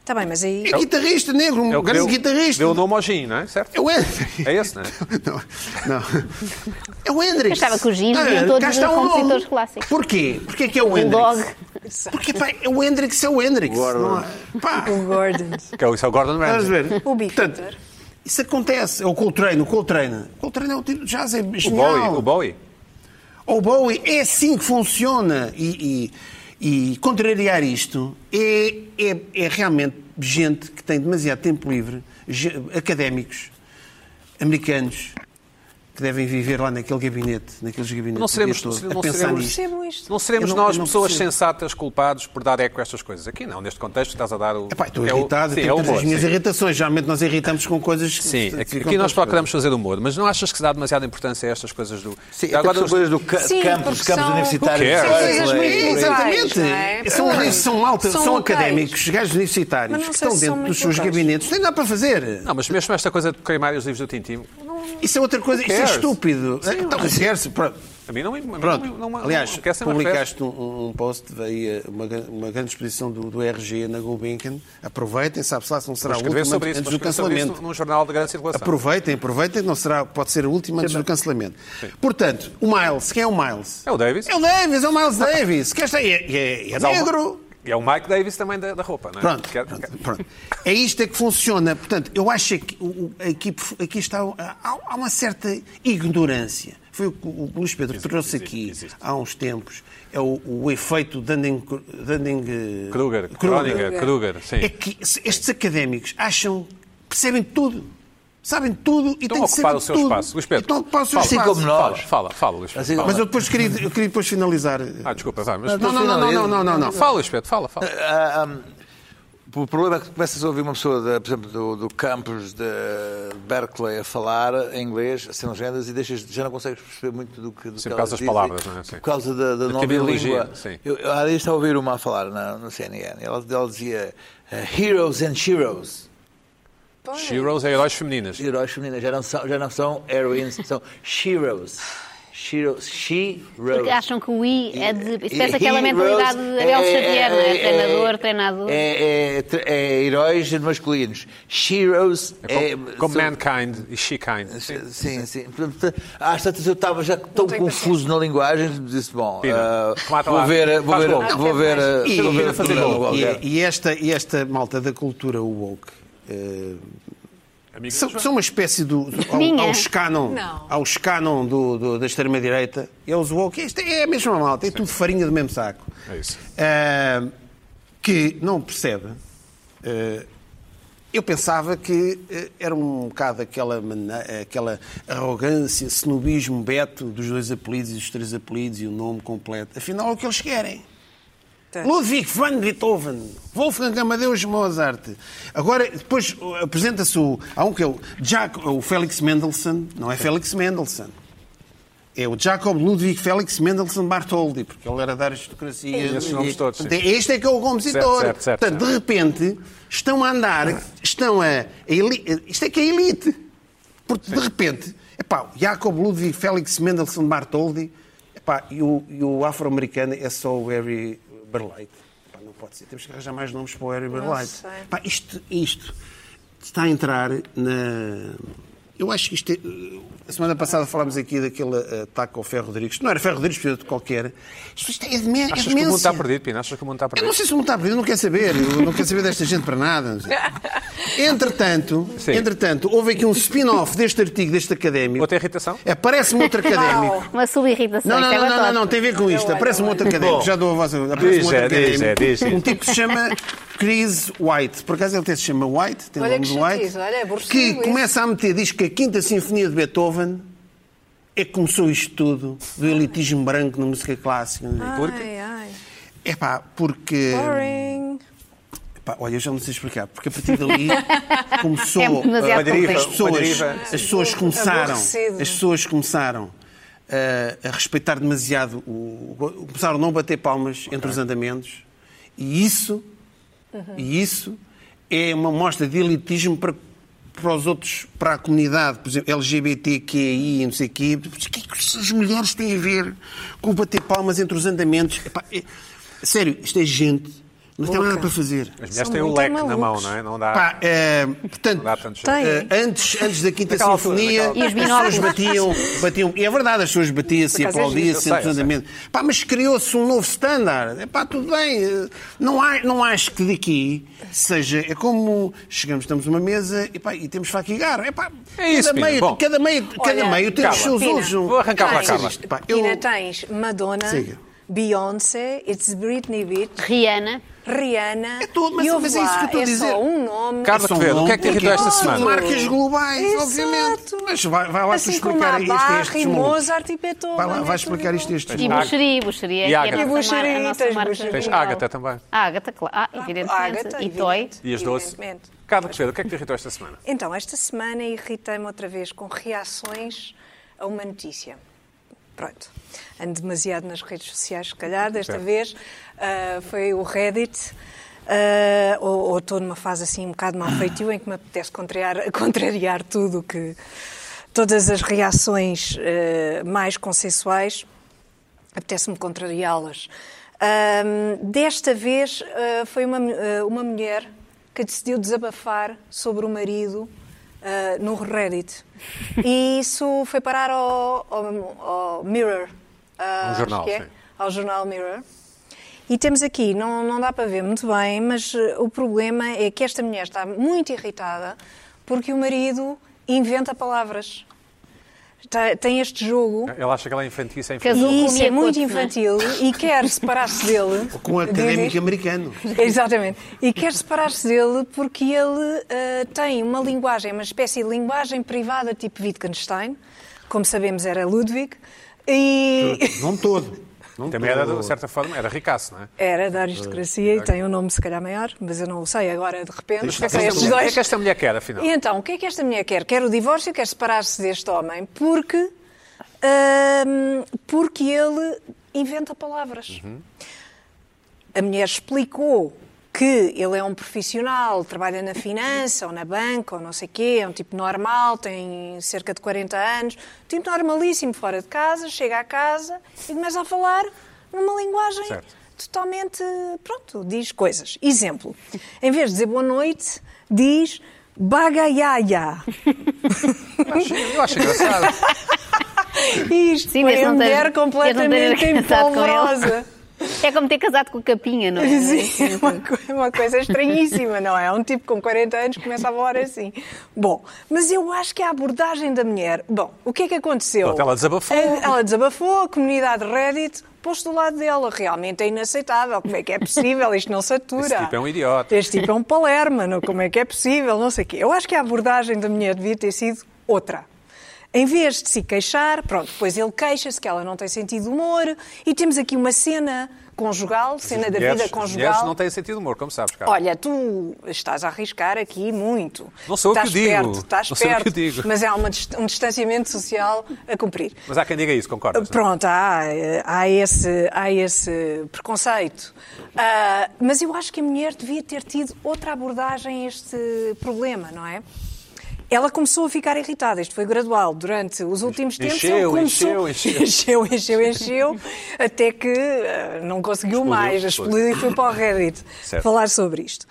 Speaker 3: Está Tá bem, mas aí.
Speaker 2: É guitarrista negro, um
Speaker 1: É o que deu-
Speaker 2: grande guitarrista.
Speaker 1: Deu o nome ao gin, não é? Certo?
Speaker 2: É o Hendrix.
Speaker 1: É esse, não é?
Speaker 2: Não, não. É o Hendrix.
Speaker 6: Eu achava que os Gins
Speaker 2: Ah,
Speaker 6: vinham
Speaker 2: cá
Speaker 6: todos
Speaker 2: está
Speaker 6: de
Speaker 2: um nome.
Speaker 6: compositores clássicos.
Speaker 2: Porquê? Porquê é que é o Hendrix?
Speaker 6: Bulldog.
Speaker 2: Porque pá, é o Hendrix é o Hendrix. Não é? Pá,
Speaker 3: O Gordon.
Speaker 1: Que é o- isso é o Gordon
Speaker 2: estás a
Speaker 1: Ramsay.
Speaker 2: ver?
Speaker 3: O Big
Speaker 2: Portanto,
Speaker 3: Brother.
Speaker 2: Isso acontece. É o Coltrane, o Coltrane. O Coltrane é o tipo de jazz, é
Speaker 1: O
Speaker 2: genial.
Speaker 1: Bowie, o Bowie.
Speaker 2: O Bowie é assim que funciona. E, e- e contrariar isto é, é- é realmente gente que tem demasiado tempo livre, ge- académicos, americanos, que devem viver lá naquele gabinete, naqueles gabinetes
Speaker 1: Não
Speaker 2: o dia
Speaker 1: seremos-
Speaker 2: todo,
Speaker 1: não
Speaker 2: a pensar
Speaker 1: seremos-
Speaker 2: nisto.
Speaker 3: Percebam isto.
Speaker 1: Não seremos
Speaker 2: Eu não-
Speaker 1: nós
Speaker 2: eu não
Speaker 1: pessoas
Speaker 2: percebo.
Speaker 1: sensatas culpados por dar eco a estas coisas. Aqui não, neste contexto estás a dar o.
Speaker 2: Epá, estou
Speaker 1: é o-
Speaker 2: irritado,
Speaker 1: sim,
Speaker 2: tenho
Speaker 1: é o
Speaker 2: todas
Speaker 1: humor,
Speaker 2: as minhas
Speaker 1: sim.
Speaker 2: irritações. Geralmente nós irritamos com coisas que...
Speaker 1: Sim, aqui,
Speaker 2: ficam
Speaker 1: aqui nós
Speaker 2: todas
Speaker 1: procuramos fazer humor, mas não achas que se dá demasiada importância a estas coisas do.
Speaker 2: é
Speaker 4: Sim,
Speaker 1: Agora
Speaker 4: agora
Speaker 1: nós-
Speaker 4: coisas do ca
Speaker 3: Sim,
Speaker 4: campus,
Speaker 3: porque
Speaker 4: campus
Speaker 3: são-
Speaker 4: universitários. é?
Speaker 1: Who cares?
Speaker 4: Por aí,
Speaker 3: Coisas
Speaker 4: por aí.
Speaker 2: é,
Speaker 3: muito-
Speaker 2: Exatamente.
Speaker 3: não é?
Speaker 2: São,
Speaker 3: Pois.
Speaker 2: são malta,
Speaker 3: São
Speaker 2: são,
Speaker 3: locais.
Speaker 2: académicos, gajos
Speaker 3: Mas
Speaker 2: universitários
Speaker 3: não
Speaker 2: que
Speaker 3: sei
Speaker 2: estão
Speaker 3: se são
Speaker 2: dentro dos
Speaker 3: muito
Speaker 2: seus
Speaker 3: locais.
Speaker 2: gabinetes. Não tem nada para fazer.
Speaker 1: Não, mas mesmo esta coisa de queimar os livros do Tintim,
Speaker 2: Isso é outra coisa, isso é
Speaker 1: cares?
Speaker 2: estúpido. Então, quer-se, pronto.
Speaker 1: a mim não me. a mim
Speaker 2: Pronto.
Speaker 1: não, me- não,
Speaker 2: Aliás,
Speaker 1: quer ser uma festa.
Speaker 2: publicaste um, um post, veio uma, gran- uma grande exposição do, do RG na Gulbenkian. Aproveitem, sabe-se lá se não será a
Speaker 1: Vou escrever
Speaker 2: última
Speaker 1: sobre isso,
Speaker 2: antes
Speaker 1: vou
Speaker 2: do
Speaker 1: escrever sobre isso
Speaker 2: cancelamento.
Speaker 1: num jornal de grande circulação.
Speaker 2: Aproveitem, aproveitem, não será, pode ser a última antes do cancelamento. Portanto, o Miles, quem é o Miles?
Speaker 1: É o Davis.
Speaker 2: É o Davis, é o Miles Davis. Que esta é, é, é
Speaker 1: Mas há o-
Speaker 2: negro.
Speaker 1: E é o Mike Davis também da, da roupa, não é?
Speaker 2: Pronto,
Speaker 1: Quer-
Speaker 2: pronto,
Speaker 1: quer-
Speaker 2: pronto. É isto é que funciona. Portanto, eu acho é que o- o- aqui, aqui está. Há, há uma certa ignorância. Foi o que o Luís Pedro trouxe
Speaker 1: existe,
Speaker 2: aqui
Speaker 1: existe.
Speaker 2: há uns tempos. É o, o efeito Dunning. Dunning eh,
Speaker 1: Kruger, Kruger, Kruger, sim.
Speaker 2: É que se- estes académicos acham. percebem tudo. Sabem tudo e
Speaker 1: Estão a
Speaker 2: têm que saber
Speaker 1: ocupar o seu
Speaker 2: tudo. Então
Speaker 1: espaço. Luís Pedro,
Speaker 2: E Estão a ocupar o seu
Speaker 1: fala.
Speaker 4: Assim
Speaker 2: espaço.
Speaker 4: como nós.
Speaker 1: Fala, fala, Luís Pedro.
Speaker 4: Assim,
Speaker 1: fala.
Speaker 2: Mas eu depois queria, eu queria depois finalizar.
Speaker 1: Ah, desculpa, vai, mas.
Speaker 2: Não, não, não, não, não, não, não, não.
Speaker 1: Fala, Luís Pedro, fala, fala.
Speaker 4: O problema é que começas a ouvir uma pessoa, da- por exemplo, do, do campus de Berkeley a falar em inglês, sem legendas, e deixas, já não consegues perceber muito do que. Do
Speaker 1: Sim,
Speaker 4: que
Speaker 1: por causa
Speaker 4: elas
Speaker 1: das
Speaker 4: dizem,
Speaker 1: palavras, não é? Sim.
Speaker 4: Por causa da, da nova
Speaker 1: terminologia,
Speaker 4: língua.
Speaker 1: sim.
Speaker 4: Eu, eu, há dias estava a ouvir uma a falar na, no CNN. Ela, ela dizia eh, Heroes and Sheroes.
Speaker 3: Pois.
Speaker 1: Heroes é heróis femininas.
Speaker 4: Heróis femininas. né? Já não são, já não são heroines, são Sheroes. Sheroes. Sheroes.
Speaker 6: Porque acham que o I é de. Isso
Speaker 4: E-
Speaker 6: parece aquela
Speaker 4: heroes
Speaker 6: mentalidade de Abel Xavier, não é? Treinador, treinador.
Speaker 4: É, é, tre- é heróis masculinos. Heroes
Speaker 1: É
Speaker 4: é.
Speaker 1: como, como
Speaker 4: são-
Speaker 1: mankind e shekind.
Speaker 4: Sim, sim. sim. Portanto, Às tantas eu estava já tão
Speaker 3: tenho
Speaker 4: confuso na linguagem, disse: bom,
Speaker 1: Pina,
Speaker 4: ah,
Speaker 1: mata
Speaker 4: vou
Speaker 1: lá.
Speaker 4: ver, vou
Speaker 1: Faz
Speaker 4: ver,
Speaker 1: gol.
Speaker 4: vou ver, ah,
Speaker 2: E,
Speaker 4: vou ver
Speaker 2: fazer
Speaker 4: um
Speaker 1: é
Speaker 2: gol.
Speaker 4: programa qualquer.
Speaker 2: E- e esta, e esta malta da cultura woke eh,
Speaker 1: Amigo
Speaker 2: são,
Speaker 1: João.
Speaker 2: são uma espécie do. Ao,
Speaker 6: Minha?
Speaker 2: aos canon,
Speaker 3: Não.
Speaker 2: aos canon do, do- da extrema-direita, é os woke. Isto é a mesma malta, é tudo farinha do mesmo saco.
Speaker 1: É isso.
Speaker 2: Ah, que não percebe. ah, eu pensava que eh, era um bocado aquela, mana- aquela arrogância, snobismo beto dos dois apelidos e dos três apelidos e o nome completo. Afinal, é o que eles querem.
Speaker 3: Tá.
Speaker 2: Ludwig van Beethoven, Wolfgang Amadeus Mozart. Agora, depois uh, apresenta-se o. Há um que é o, Jac, o Félix Mendelssohn, não é Félix Mendelssohn. É o Jacob Ludwig Félix Mendelssohn Bartholdy, porque ele era da aristocracia.
Speaker 1: E esses nomes todos, sim.
Speaker 2: Portanto, Este é que é o compositor.
Speaker 1: Certo, certo, certo,
Speaker 2: Portanto, de repente, estão a andar, estão a. a eli- isto é que é elite. Porque, de repente, epá, o Jacob Ludwig Félix Mendelssohn Bartholdy epá, e o, e o afro-americano é só o Harry Berleit. Epá, não pode ser. Temos que arranjar mais nomes para o Harry Berleit.
Speaker 3: sei.
Speaker 2: Epá, isto, isto está a entrar na... Eu acho que isto é... A semana passada falámos aqui daquele eh, ataque ao Ferro Rodrigues. Não era Ferro Rodrigues, foi outro qualquer. Isto, isto é demen- é
Speaker 1: Achas que o mundo
Speaker 2: demência.
Speaker 1: está perdido, Pina? Achas que o mundo está
Speaker 2: Eu
Speaker 1: perdido?
Speaker 2: não sei se o mundo está perdido, eu não quero saber. Eu não quero saber desta gente para nada. não sei. Entretanto,
Speaker 1: Sim.
Speaker 2: entretanto, houve aqui um spin-off deste artigo, deste académico.
Speaker 1: Outra irritação?
Speaker 2: É, Aparece-me um outro académico.
Speaker 3: Uau.
Speaker 6: Uma sub-irritação.
Speaker 2: Não, não,
Speaker 6: isto é
Speaker 2: não, não, não,
Speaker 6: batota.
Speaker 2: não, tem a ver com isto.
Speaker 3: é
Speaker 2: Aparece-me um outro académico. Já dou a vossa. Aparece-me um
Speaker 1: Diz,
Speaker 2: outro
Speaker 1: é, diz, é,
Speaker 2: académico.
Speaker 1: diz, diz.
Speaker 2: Um tipo que se chama Chris White. Por acaso ele até se chama White, tem o
Speaker 3: Olha
Speaker 2: nome
Speaker 3: que
Speaker 2: do White.
Speaker 3: chatice, olha, é aborrecido
Speaker 2: que
Speaker 3: isso.
Speaker 2: começa a meter, diz que a Quinta Sinfonia de Beethoven
Speaker 3: Ah,
Speaker 2: é que começou isto tudo, do elitismo branco na música clássica.
Speaker 1: Porque
Speaker 3: Ai, ai.
Speaker 2: É pá, porque.
Speaker 3: Boring.
Speaker 2: Pá, olha, eu já não sei explicar, porque a partir dali começou.
Speaker 6: É demasiado
Speaker 2: ah,
Speaker 6: complexo.
Speaker 2: as pessoas,
Speaker 1: Baderiva.
Speaker 2: as pessoas começaram.
Speaker 3: Aborrecido.
Speaker 2: As pessoas começaram ah, a respeitar demasiado. O, o- começaram a não bater palmas entre os andamentos. E isso. E isso é uma mostra de elitismo para, para os outros, para a comunidade, por exemplo, LGBTQI, e não sei o quê. Mas O que é que as mulheres têm a ver com bater palmas entre os andamentos? Epá, é- sério, isto é gente, não tem
Speaker 3: Louca.
Speaker 2: nada para fazer.
Speaker 1: As mulheres
Speaker 3: São
Speaker 1: têm o
Speaker 3: muito
Speaker 1: leque na
Speaker 3: malucos.
Speaker 1: mão, não é? Não dá,
Speaker 2: Pá, eh,
Speaker 1: não dá tanto
Speaker 2: portanto,
Speaker 1: jeito.
Speaker 3: Tem.
Speaker 2: eh, antes, antes da Quinta
Speaker 1: Naquela altura,
Speaker 2: Sinfonia,
Speaker 1: naquela
Speaker 6: altura. E
Speaker 2: as
Speaker 6: os binóculos.
Speaker 2: pessoas batiam, batiam. E é verdade, as pessoas batiam-se,
Speaker 3: Por acaso é
Speaker 1: giro, eu
Speaker 2: aplaudiam-se,
Speaker 1: sei, eu sei.
Speaker 2: entusiasmamente. Pá, mas criou-se um novo standard. É pá, tudo bem. eh, Não, há, não acho que daqui seja. É como chegamos, estamos numa mesa e, pá, e temos faca e garra. É pá,
Speaker 1: É isso,
Speaker 2: cada,
Speaker 1: Pina,
Speaker 2: meio,
Speaker 1: bom.
Speaker 2: cada, meio, cada
Speaker 3: Olha,
Speaker 2: meio tem os
Speaker 1: Carla,
Speaker 2: seus
Speaker 3: Pina,
Speaker 2: usos. não-
Speaker 1: vou arrancar para
Speaker 2: Tem que
Speaker 1: a
Speaker 2: ser
Speaker 1: Carla.
Speaker 2: isto, pá. Eu-
Speaker 3: Ainda tens Madonna,
Speaker 2: Siga.
Speaker 3: Beyoncé, It's Britney Beach,
Speaker 6: Rihanna.
Speaker 3: Rihanna.
Speaker 2: É tudo, mas-
Speaker 3: e
Speaker 2: mas é isso que eu estou a
Speaker 3: É
Speaker 2: dizer.
Speaker 3: só um nome.
Speaker 1: Carla
Speaker 2: São
Speaker 1: Quevedo, o que é que te
Speaker 2: longas,
Speaker 1: irritou esta
Speaker 2: são
Speaker 1: semana?
Speaker 2: marcas globais,
Speaker 3: Exato.
Speaker 2: obviamente. Mas vai, vai lá tu
Speaker 3: assim como
Speaker 2: explicar
Speaker 3: a
Speaker 2: isto a
Speaker 3: Bach
Speaker 2: estes
Speaker 3: e
Speaker 2: malucos.
Speaker 3: Mozart e Beethoven.
Speaker 2: Vai lá, vai
Speaker 3: é tudo
Speaker 2: explicar isto a
Speaker 3: igual.
Speaker 2: estes
Speaker 6: E
Speaker 2: malucos.
Speaker 6: Buxeri, Buxeri.
Speaker 1: E
Speaker 6: é que é a
Speaker 1: Ágata.
Speaker 6: nossa mar- a nossa
Speaker 3: Buxeritas,
Speaker 6: marca.
Speaker 3: buxeritas.
Speaker 1: Tens
Speaker 3: Não.
Speaker 1: Ágata também.
Speaker 6: Ágata, claro. Ah,
Speaker 3: Ágata,
Speaker 6: evidentemente. E Toy.
Speaker 3: evidente.
Speaker 1: E as doces.
Speaker 3: Evidentemente.
Speaker 1: Carla Quevedo, o que é que te irritou esta semana?
Speaker 3: Então, esta semana irritei-me outra vez com reações a uma notícia. Pronto. Ando demasiado nas redes sociais, se calhar, desta
Speaker 1: Certo.
Speaker 3: vez. ah, foi o Reddit. ah, ou ou estou numa fase assim um bocado mal feitio em que me apetece contrariar, contrariar tudo que. Todas as reações ah, mais consensuais apetece-me contrariá-las. Ahm, desta vez ah, foi uma, mu- ah, uma mulher que decidiu desabafar sobre o marido ah, no Reddit. E isso foi parar ao, ao- ao Mirror. ah,
Speaker 1: Ao
Speaker 3: acho
Speaker 1: jornal,
Speaker 3: que é,
Speaker 1: sim.
Speaker 3: Ao jornal Mirror. E temos aqui, não, não dá para ver muito bem, mas ah, o problema é que esta mulher está muito irritada porque o marido inventa palavras. Tá- tem este jogo.
Speaker 1: Ela acha que ela é infantil sem
Speaker 6: Casou.
Speaker 1: infantil.
Speaker 3: E
Speaker 6: Zucco
Speaker 3: isso
Speaker 6: e
Speaker 3: é
Speaker 6: a
Speaker 3: muito
Speaker 6: Cote, não é?
Speaker 3: infantil e quer separar-se dele.
Speaker 2: Com um académico
Speaker 3: Diz-
Speaker 2: americano.
Speaker 3: Exatamente. E quer separar-se dele porque ele ah, tem uma linguagem, uma espécie de linguagem privada tipo Wittgenstein, como sabemos era Ludwig, e
Speaker 2: Não todo. Não
Speaker 1: Também
Speaker 2: todo.
Speaker 1: era, de certa forma, era ricaço, não é?
Speaker 3: era da aristocracia e tem um nome se calhar maior, mas eu não o sei agora de repente.
Speaker 2: Isto
Speaker 3: porque
Speaker 2: é
Speaker 3: são estes
Speaker 1: O que é
Speaker 3: dois.
Speaker 1: que esta mulher quer, afinal?
Speaker 3: E então, o que é que esta mulher quer? Quer o divórcio, quer separar-se deste homem, porque, ahm, porque ele inventa palavras. A mulher explicou que ele é um profissional, trabalha na finança ou na banca ou não sei quê, é um tipo normal, tem cerca de 40 anos, tipo normalíssimo fora de casa, chega à casa e começa a falar numa linguagem
Speaker 1: Certo.
Speaker 3: totalmente, pronto, diz coisas. Exemplo, em vez de dizer boa noite, diz bagaiaia.
Speaker 1: Eu acho, eu acho engraçado.
Speaker 3: E Isto
Speaker 6: Sim, mas
Speaker 3: foi a
Speaker 6: não tens-
Speaker 3: mulher
Speaker 6: mas não tens
Speaker 3: completamente
Speaker 6: casado com ele.
Speaker 3: empolvorosa.
Speaker 6: É como ter casado com a Capinha, não é?
Speaker 3: Sim, uma, co- uma coisa estranhíssima, não é? Um tipo com 40 anos começa a falar assim. Bom, mas eu acho que a abordagem da mulher. Bom, o que é que aconteceu?
Speaker 1: Pronto, ela desabafou.
Speaker 3: A- Ela desabafou, a comunidade Reddit pôs do lado dela. Realmente é inaceitável. Como é que é possível? Isto não satura.
Speaker 1: Esse tipo é um idiota.
Speaker 3: Este tipo é um palermano. Como é que é possível? Não sei o quê. Eu acho que a abordagem da mulher devia ter sido outra. Em vez de se queixar, pronto, depois ele queixa-se que ela não tem sentido de humor e temos aqui uma cena conjugal, cena da
Speaker 1: Mulheres-
Speaker 3: vida
Speaker 1: mulheres
Speaker 3: conjugal.
Speaker 1: não têm sentido de humor, como sabes, cara.
Speaker 3: Olha, tu estás a arriscar aqui muito.
Speaker 1: Não sou eu que
Speaker 3: estás
Speaker 1: o digo.
Speaker 3: Perto, estás
Speaker 1: Não sou eu
Speaker 3: perto,
Speaker 1: que o digo.
Speaker 3: mas há uma dist- um distanciamento social a cumprir.
Speaker 1: Mas há quem diga isso, concordas? não é?
Speaker 3: Pronto, há, eh, há, esse, há esse preconceito. Ah, mas eu acho que a mulher devia ter tido outra abordagem a este problema, não é? Ela começou a ficar irritada, isto foi gradual, durante os últimos tempos.
Speaker 1: Encheu,
Speaker 3: ele
Speaker 1: encheu,
Speaker 3: começou...
Speaker 1: encheu.
Speaker 3: encheu, encheu, encheu, até que ah, não conseguiu mais, explodiu e foi para o Reddit
Speaker 1: Certo.
Speaker 3: falar sobre isto.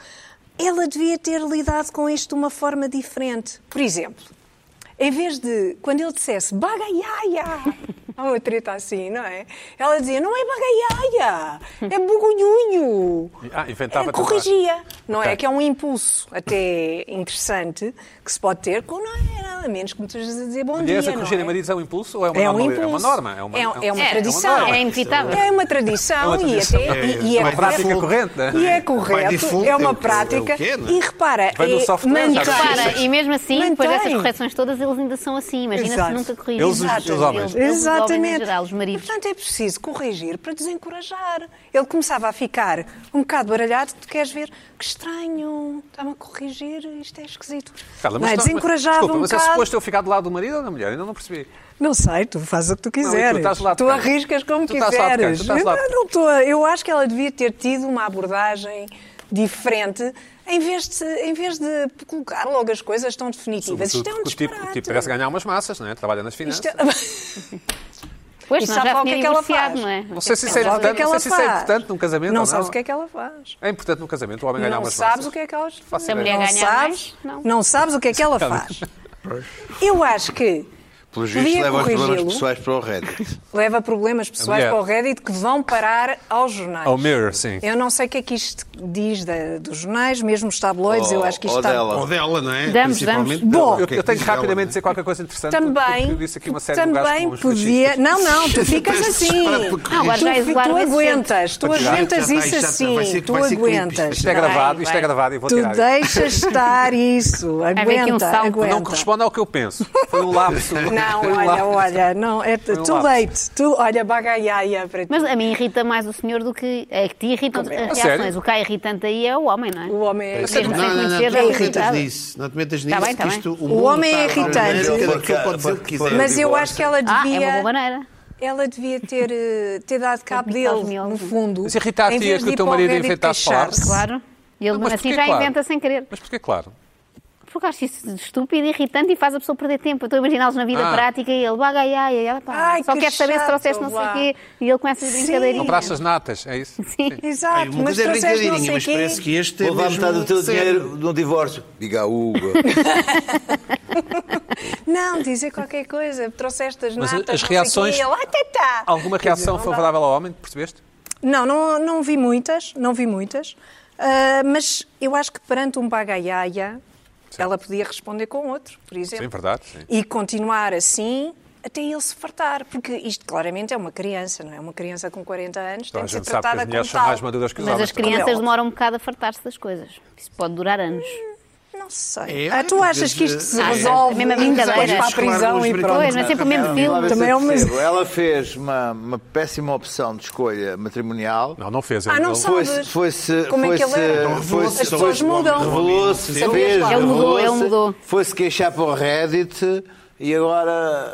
Speaker 3: Ela devia ter lidado com isto de uma forma diferente. Por exemplo, em vez de, quando ele dissesse bagaiaia, há uma treta assim, não é? Ela dizia, não é bagaiaia, é bugunhunho.
Speaker 1: Ah, inventava
Speaker 3: É, Corrigia, não é?
Speaker 1: Ok.
Speaker 3: Que é um impulso até interessante que se pode ter, com, não é? a menos que me estejas a dizer bom
Speaker 1: Mulheres
Speaker 3: dia.
Speaker 1: a
Speaker 3: não
Speaker 1: corrigirem
Speaker 3: é?
Speaker 1: maridos é um impulso ou é uma
Speaker 3: É um
Speaker 1: normalidade?
Speaker 3: impulso.
Speaker 1: É uma norma. É uma,
Speaker 3: É um- é uma
Speaker 1: norma.
Speaker 3: tradição.
Speaker 6: É inevitável.
Speaker 3: É uma tradição,
Speaker 1: É uma tradição.
Speaker 3: e até.
Speaker 1: É,
Speaker 3: e, e
Speaker 1: é uma prática
Speaker 3: correto.
Speaker 1: corrente, né?
Speaker 3: E
Speaker 1: É,
Speaker 3: é
Speaker 1: by
Speaker 3: correto,
Speaker 2: default,
Speaker 3: é
Speaker 2: é
Speaker 3: uma
Speaker 2: o que-
Speaker 3: prática.
Speaker 2: é o quê, né?
Speaker 3: E repara,
Speaker 1: Vem do
Speaker 3: é,
Speaker 1: software,
Speaker 3: mantém-
Speaker 1: sabe?
Speaker 6: Repara, e mesmo assim, depois
Speaker 3: Mantém.
Speaker 6: dessas correções todas, eles ainda são assim, mas ainda se
Speaker 3: Exato.
Speaker 6: nunca corrigem.
Speaker 1: Eles, os-
Speaker 6: Exato.
Speaker 1: os homens.
Speaker 6: Eles, eles, os homens
Speaker 3: Exatamente.
Speaker 6: em geral, os maridos.
Speaker 3: Portanto, é preciso corrigir para desencorajar. Ele começava a ficar um bocado baralhado, tu queres ver, que estranho, está-me a corrigir, isto é esquisito.
Speaker 1: Carla,
Speaker 3: não é?
Speaker 1: tá-
Speaker 3: Desencorajava
Speaker 1: desculpa,
Speaker 3: um
Speaker 1: mas é
Speaker 3: bocado.
Speaker 1: suposto eu ficar do lado do marido ou da mulher? Ainda não percebi.
Speaker 3: Não sei, tu fazes o que tu
Speaker 1: e tu
Speaker 3: quiseres.
Speaker 1: estás lá de quem?
Speaker 3: arriscas como
Speaker 1: Tu estás lá de quem? Tu
Speaker 3: quiseres.
Speaker 1: estás lá de
Speaker 3: Eu não estou. a- Eu acho que ela devia ter tido uma abordagem diferente. Em vez, de, em vez de colocar logo as coisas tão definitivas. Isto é um
Speaker 1: o tipo, o
Speaker 3: disparate.
Speaker 1: tipo parece ganhar umas massas, não é? Trabalha nas finanças.
Speaker 3: Isto é-
Speaker 6: Pois,
Speaker 3: E
Speaker 6: nós
Speaker 3: sabe
Speaker 6: já
Speaker 3: qual que
Speaker 6: tinha
Speaker 3: é que ela
Speaker 6: divorciado,
Speaker 3: faz?
Speaker 6: não é?
Speaker 1: Não sei se isso é
Speaker 3: Não sabes o que é
Speaker 1: importante,
Speaker 3: que
Speaker 1: não
Speaker 3: ela
Speaker 1: sei se isso é
Speaker 3: faz.
Speaker 1: importante num casamento
Speaker 3: Não
Speaker 1: ou
Speaker 3: sabes
Speaker 1: não.
Speaker 3: o que é que ela faz.
Speaker 1: É importante num casamento o homem ganhar
Speaker 3: Não
Speaker 1: umas
Speaker 3: sabes
Speaker 1: massas.
Speaker 3: o que é que ela faz.
Speaker 1: Faço ideia.
Speaker 6: mulher
Speaker 3: não
Speaker 6: ganha
Speaker 3: sabes,
Speaker 6: mais, não.
Speaker 3: não sabes o que é que ela faz. Eu acho que
Speaker 4: Pelos vistos,
Speaker 3: podia
Speaker 4: leva os problemas
Speaker 3: corrigi-lo.
Speaker 4: pessoais para o Reddit.
Speaker 3: leva problemas pessoais
Speaker 1: mulher.
Speaker 3: para o Reddit que vão parar aos jornais.
Speaker 1: Ao Mirror, sim.
Speaker 3: Eu não sei o que é que isto diz da- dos jornais, mesmo os tabloides,
Speaker 4: Ou-
Speaker 3: eu acho que isto
Speaker 4: ou
Speaker 3: está...
Speaker 4: dela.
Speaker 2: Ou dela, não é?
Speaker 6: Damos,
Speaker 2: Principalmente
Speaker 6: damos.
Speaker 2: dela.
Speaker 3: Bom,
Speaker 2: O
Speaker 1: Eu,
Speaker 2: que é
Speaker 1: eu tenho
Speaker 2: que diz
Speaker 1: que
Speaker 2: dela,
Speaker 1: rapidamente
Speaker 2: não é?
Speaker 1: dizer qualquer coisa interessante. porque
Speaker 3: Também,
Speaker 1: eu disse aqui uma série de lugares
Speaker 3: também
Speaker 1: com uns
Speaker 3: podia...
Speaker 1: machistas.
Speaker 3: Não, não, tu ficas assim.
Speaker 6: Não, agora já
Speaker 3: tu, fi-
Speaker 6: isolar
Speaker 3: tu
Speaker 6: o assento.
Speaker 3: aguentas, tu
Speaker 2: Já, já
Speaker 3: aguentas
Speaker 2: está,
Speaker 3: isso
Speaker 2: já está,
Speaker 3: assim,
Speaker 2: vai ser-
Speaker 3: tu
Speaker 2: vai ser creepy.
Speaker 3: aguentas.
Speaker 1: Isto é
Speaker 3: Não,
Speaker 1: gravado, isto é
Speaker 6: vai.
Speaker 1: gravado e vou
Speaker 3: Tu
Speaker 1: tirar. isto.
Speaker 3: deixas estar isso,
Speaker 6: haver aqui um
Speaker 3: aguenta,
Speaker 6: salto.
Speaker 3: aguenta.
Speaker 1: Não corresponde ao que eu penso. Foi um lapso.
Speaker 3: Não,
Speaker 1: Foi um
Speaker 3: olha,
Speaker 1: lapso.
Speaker 3: olha, não, é
Speaker 1: um
Speaker 3: too
Speaker 1: lapso.
Speaker 3: late. Tu, olha, bagaiaia para ti.
Speaker 6: Mas é a mim irrita mais o senhor do que a que te irritam as
Speaker 1: A
Speaker 6: reações.
Speaker 1: sério?
Speaker 6: O que é irritante aí é o homem, não é?
Speaker 3: O homem é
Speaker 6: Mesmo
Speaker 2: Não,
Speaker 6: sem
Speaker 2: não, não,
Speaker 6: conhecer,
Speaker 2: não
Speaker 6: é
Speaker 2: te metas
Speaker 6: irritado.
Speaker 2: nisso. Não te metas
Speaker 6: Tá
Speaker 2: nisso.
Speaker 6: bem, tá
Speaker 2: que
Speaker 6: bem.
Speaker 2: isto,
Speaker 3: O
Speaker 2: mundo
Speaker 3: homem é
Speaker 2: está de uma maneira
Speaker 3: irritante.
Speaker 2: que Cada pessoa pode dizer o que
Speaker 1: É
Speaker 2: quiser.
Speaker 3: Mas eu acho que ela
Speaker 6: Ah, é
Speaker 3: devia,
Speaker 6: uma boa maneira.
Speaker 3: ela devia ter, eh, ter dado cabo
Speaker 6: picar os
Speaker 3: dele, no
Speaker 6: miolos.
Speaker 3: fundo.
Speaker 1: Mas irritar-te
Speaker 3: em vez
Speaker 1: é que
Speaker 3: de
Speaker 1: o
Speaker 3: ir
Speaker 1: teu
Speaker 3: para
Speaker 1: marido
Speaker 3: Reddit
Speaker 1: inventasse
Speaker 3: queixar-se.
Speaker 6: Claro. E ele
Speaker 1: Mas
Speaker 6: assim
Speaker 1: porquê,
Speaker 6: já
Speaker 1: claro?
Speaker 6: inventa sem querer.
Speaker 1: Mas porquê, claro?
Speaker 6: Porque acho isso estúpido, irritante e faz a pessoa perder tempo. Eu estou a imaginá-los na vida
Speaker 1: Ah.
Speaker 6: prática e ele vai ai, ai, ai, pá,
Speaker 3: Ai,
Speaker 6: só
Speaker 3: que
Speaker 6: quer saber se
Speaker 3: chato,
Speaker 6: trouxeste não sei
Speaker 3: vá.
Speaker 6: o quê. E ele começa as
Speaker 3: Sim.
Speaker 6: brincadeirinhas.
Speaker 1: Compraste as natas, é isso?
Speaker 6: Sim.
Speaker 3: Exato,
Speaker 2: Ai, uma
Speaker 3: mas
Speaker 2: coisa é
Speaker 3: trouxeste não
Speaker 2: brincadeirinha,
Speaker 3: sei
Speaker 2: mas parece
Speaker 3: quê.
Speaker 2: que este é
Speaker 4: Ou dá
Speaker 2: mesmo
Speaker 4: metade do teu
Speaker 2: sério.
Speaker 4: dinheiro num divórcio. Diga a Hugo.
Speaker 3: Não, dizer qualquer coisa, trouxeste as
Speaker 1: Mas
Speaker 3: natas,
Speaker 1: as
Speaker 3: não sei
Speaker 1: reações- um
Speaker 3: quê. Ele, "Ai, tá, tá."
Speaker 1: Alguma
Speaker 3: Quer dizer,
Speaker 1: reação
Speaker 3: não dá.
Speaker 1: favorável ao homem? Percebeste?
Speaker 3: Não, não, não vi muitas, não vi muitas, Ah, mas eu acho que perante um bagaiaia ela podia responder com outro, por exemplo.
Speaker 1: Sim, verdade. Sim.
Speaker 3: E continuar assim até ele se fartar, porque isto claramente é uma criança, não é? Uma criança com 40 anos
Speaker 1: Então,
Speaker 3: tem
Speaker 1: a
Speaker 3: que ser
Speaker 1: gente sabe que
Speaker 3: tratada
Speaker 1: as
Speaker 3: como
Speaker 1: mulheres são
Speaker 3: tal.
Speaker 1: mais maduras que é os
Speaker 6: Mas
Speaker 1: homens.
Speaker 6: as crianças
Speaker 3: Ela.
Speaker 6: demoram um bocado a fartar-se das coisas. Isso pode durar anos.
Speaker 3: Não sei.
Speaker 2: É,
Speaker 3: ah, tu
Speaker 2: às
Speaker 3: achas que isto
Speaker 2: vezes,
Speaker 3: se
Speaker 2: é.
Speaker 3: resolve?
Speaker 6: É mesmo a
Speaker 3: Vais
Speaker 6: brincadeira.
Speaker 3: Para a prisão e
Speaker 2: Pois,
Speaker 3: pronto.
Speaker 6: Pois, mas é sempre o mesmo
Speaker 4: Lá
Speaker 6: filme.
Speaker 4: vê se
Speaker 3: Também
Speaker 4: eu
Speaker 3: é uma-
Speaker 4: percebo. Ela fez uma, uma péssima opção de escolha matrimonial.
Speaker 1: Não, Então não fez.
Speaker 3: Ah,
Speaker 1: ele-
Speaker 3: não
Speaker 1: ele-
Speaker 3: sabe.
Speaker 4: Foi-se. Foi-se.
Speaker 3: Como é que ele
Speaker 4: foi-se-
Speaker 3: era?
Speaker 4: foi-se-
Speaker 2: revelou-se,
Speaker 3: As pessoas
Speaker 2: foi-se-
Speaker 3: mudam.
Speaker 4: Revelou-se,
Speaker 2: Ele
Speaker 4: fez,
Speaker 3: mudou,
Speaker 6: ele
Speaker 4: revelou-se,
Speaker 6: mudou.
Speaker 4: Foi-se queixar para o Reddit e agora.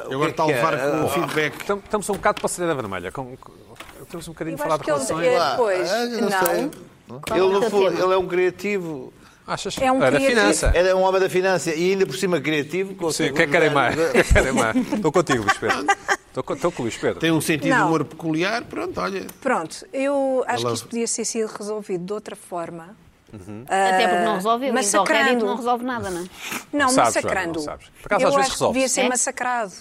Speaker 4: o
Speaker 2: Agora
Speaker 4: que
Speaker 1: tá
Speaker 2: está
Speaker 4: é
Speaker 2: a
Speaker 4: que
Speaker 2: levar
Speaker 4: é?
Speaker 2: com o feedback.
Speaker 1: Tam- Estamos um bocado para a cedeira vermelha. Com, com- estamos um bocadinho
Speaker 3: Eu
Speaker 1: a falar
Speaker 3: acho
Speaker 1: de
Speaker 3: que
Speaker 1: relações.
Speaker 3: ele- ele-
Speaker 4: Ah,
Speaker 3: Pois,
Speaker 4: ah, eu
Speaker 3: não.
Speaker 4: sei.
Speaker 6: Qual é
Speaker 4: Ele,
Speaker 6: o
Speaker 4: não
Speaker 6: teu
Speaker 4: foi-
Speaker 6: tema?
Speaker 4: ele é um criativo.
Speaker 1: Achas
Speaker 3: É um
Speaker 1: Era
Speaker 3: criativo.
Speaker 1: finança.
Speaker 4: Ele é um homem da finança e ainda por cima criativo.
Speaker 1: Sim,
Speaker 4: consegue
Speaker 1: o que é que querem mais?
Speaker 4: mudar-
Speaker 1: O que é que querem mais? Estou contigo, Luís Pedro. Estou co- estou com o Luís Pedro.
Speaker 2: Tem um sentido de
Speaker 3: Não.
Speaker 2: humor peculiar, pronto, olha.
Speaker 3: Pronto, eu acho
Speaker 2: Ela-
Speaker 3: que isto podia ser sido resolvido de outra forma.
Speaker 6: Até porque não resolveu. Mas o
Speaker 3: massacrando.
Speaker 6: Reddit não resolve nada, não é?
Speaker 3: Não,
Speaker 1: Não sabes, Joana,
Speaker 3: massacrando.
Speaker 1: não sabes. Por acaso,
Speaker 3: eu
Speaker 1: às vezes
Speaker 3: acho
Speaker 1: resolve-se.
Speaker 3: que devia ser
Speaker 6: É?
Speaker 3: massacrado.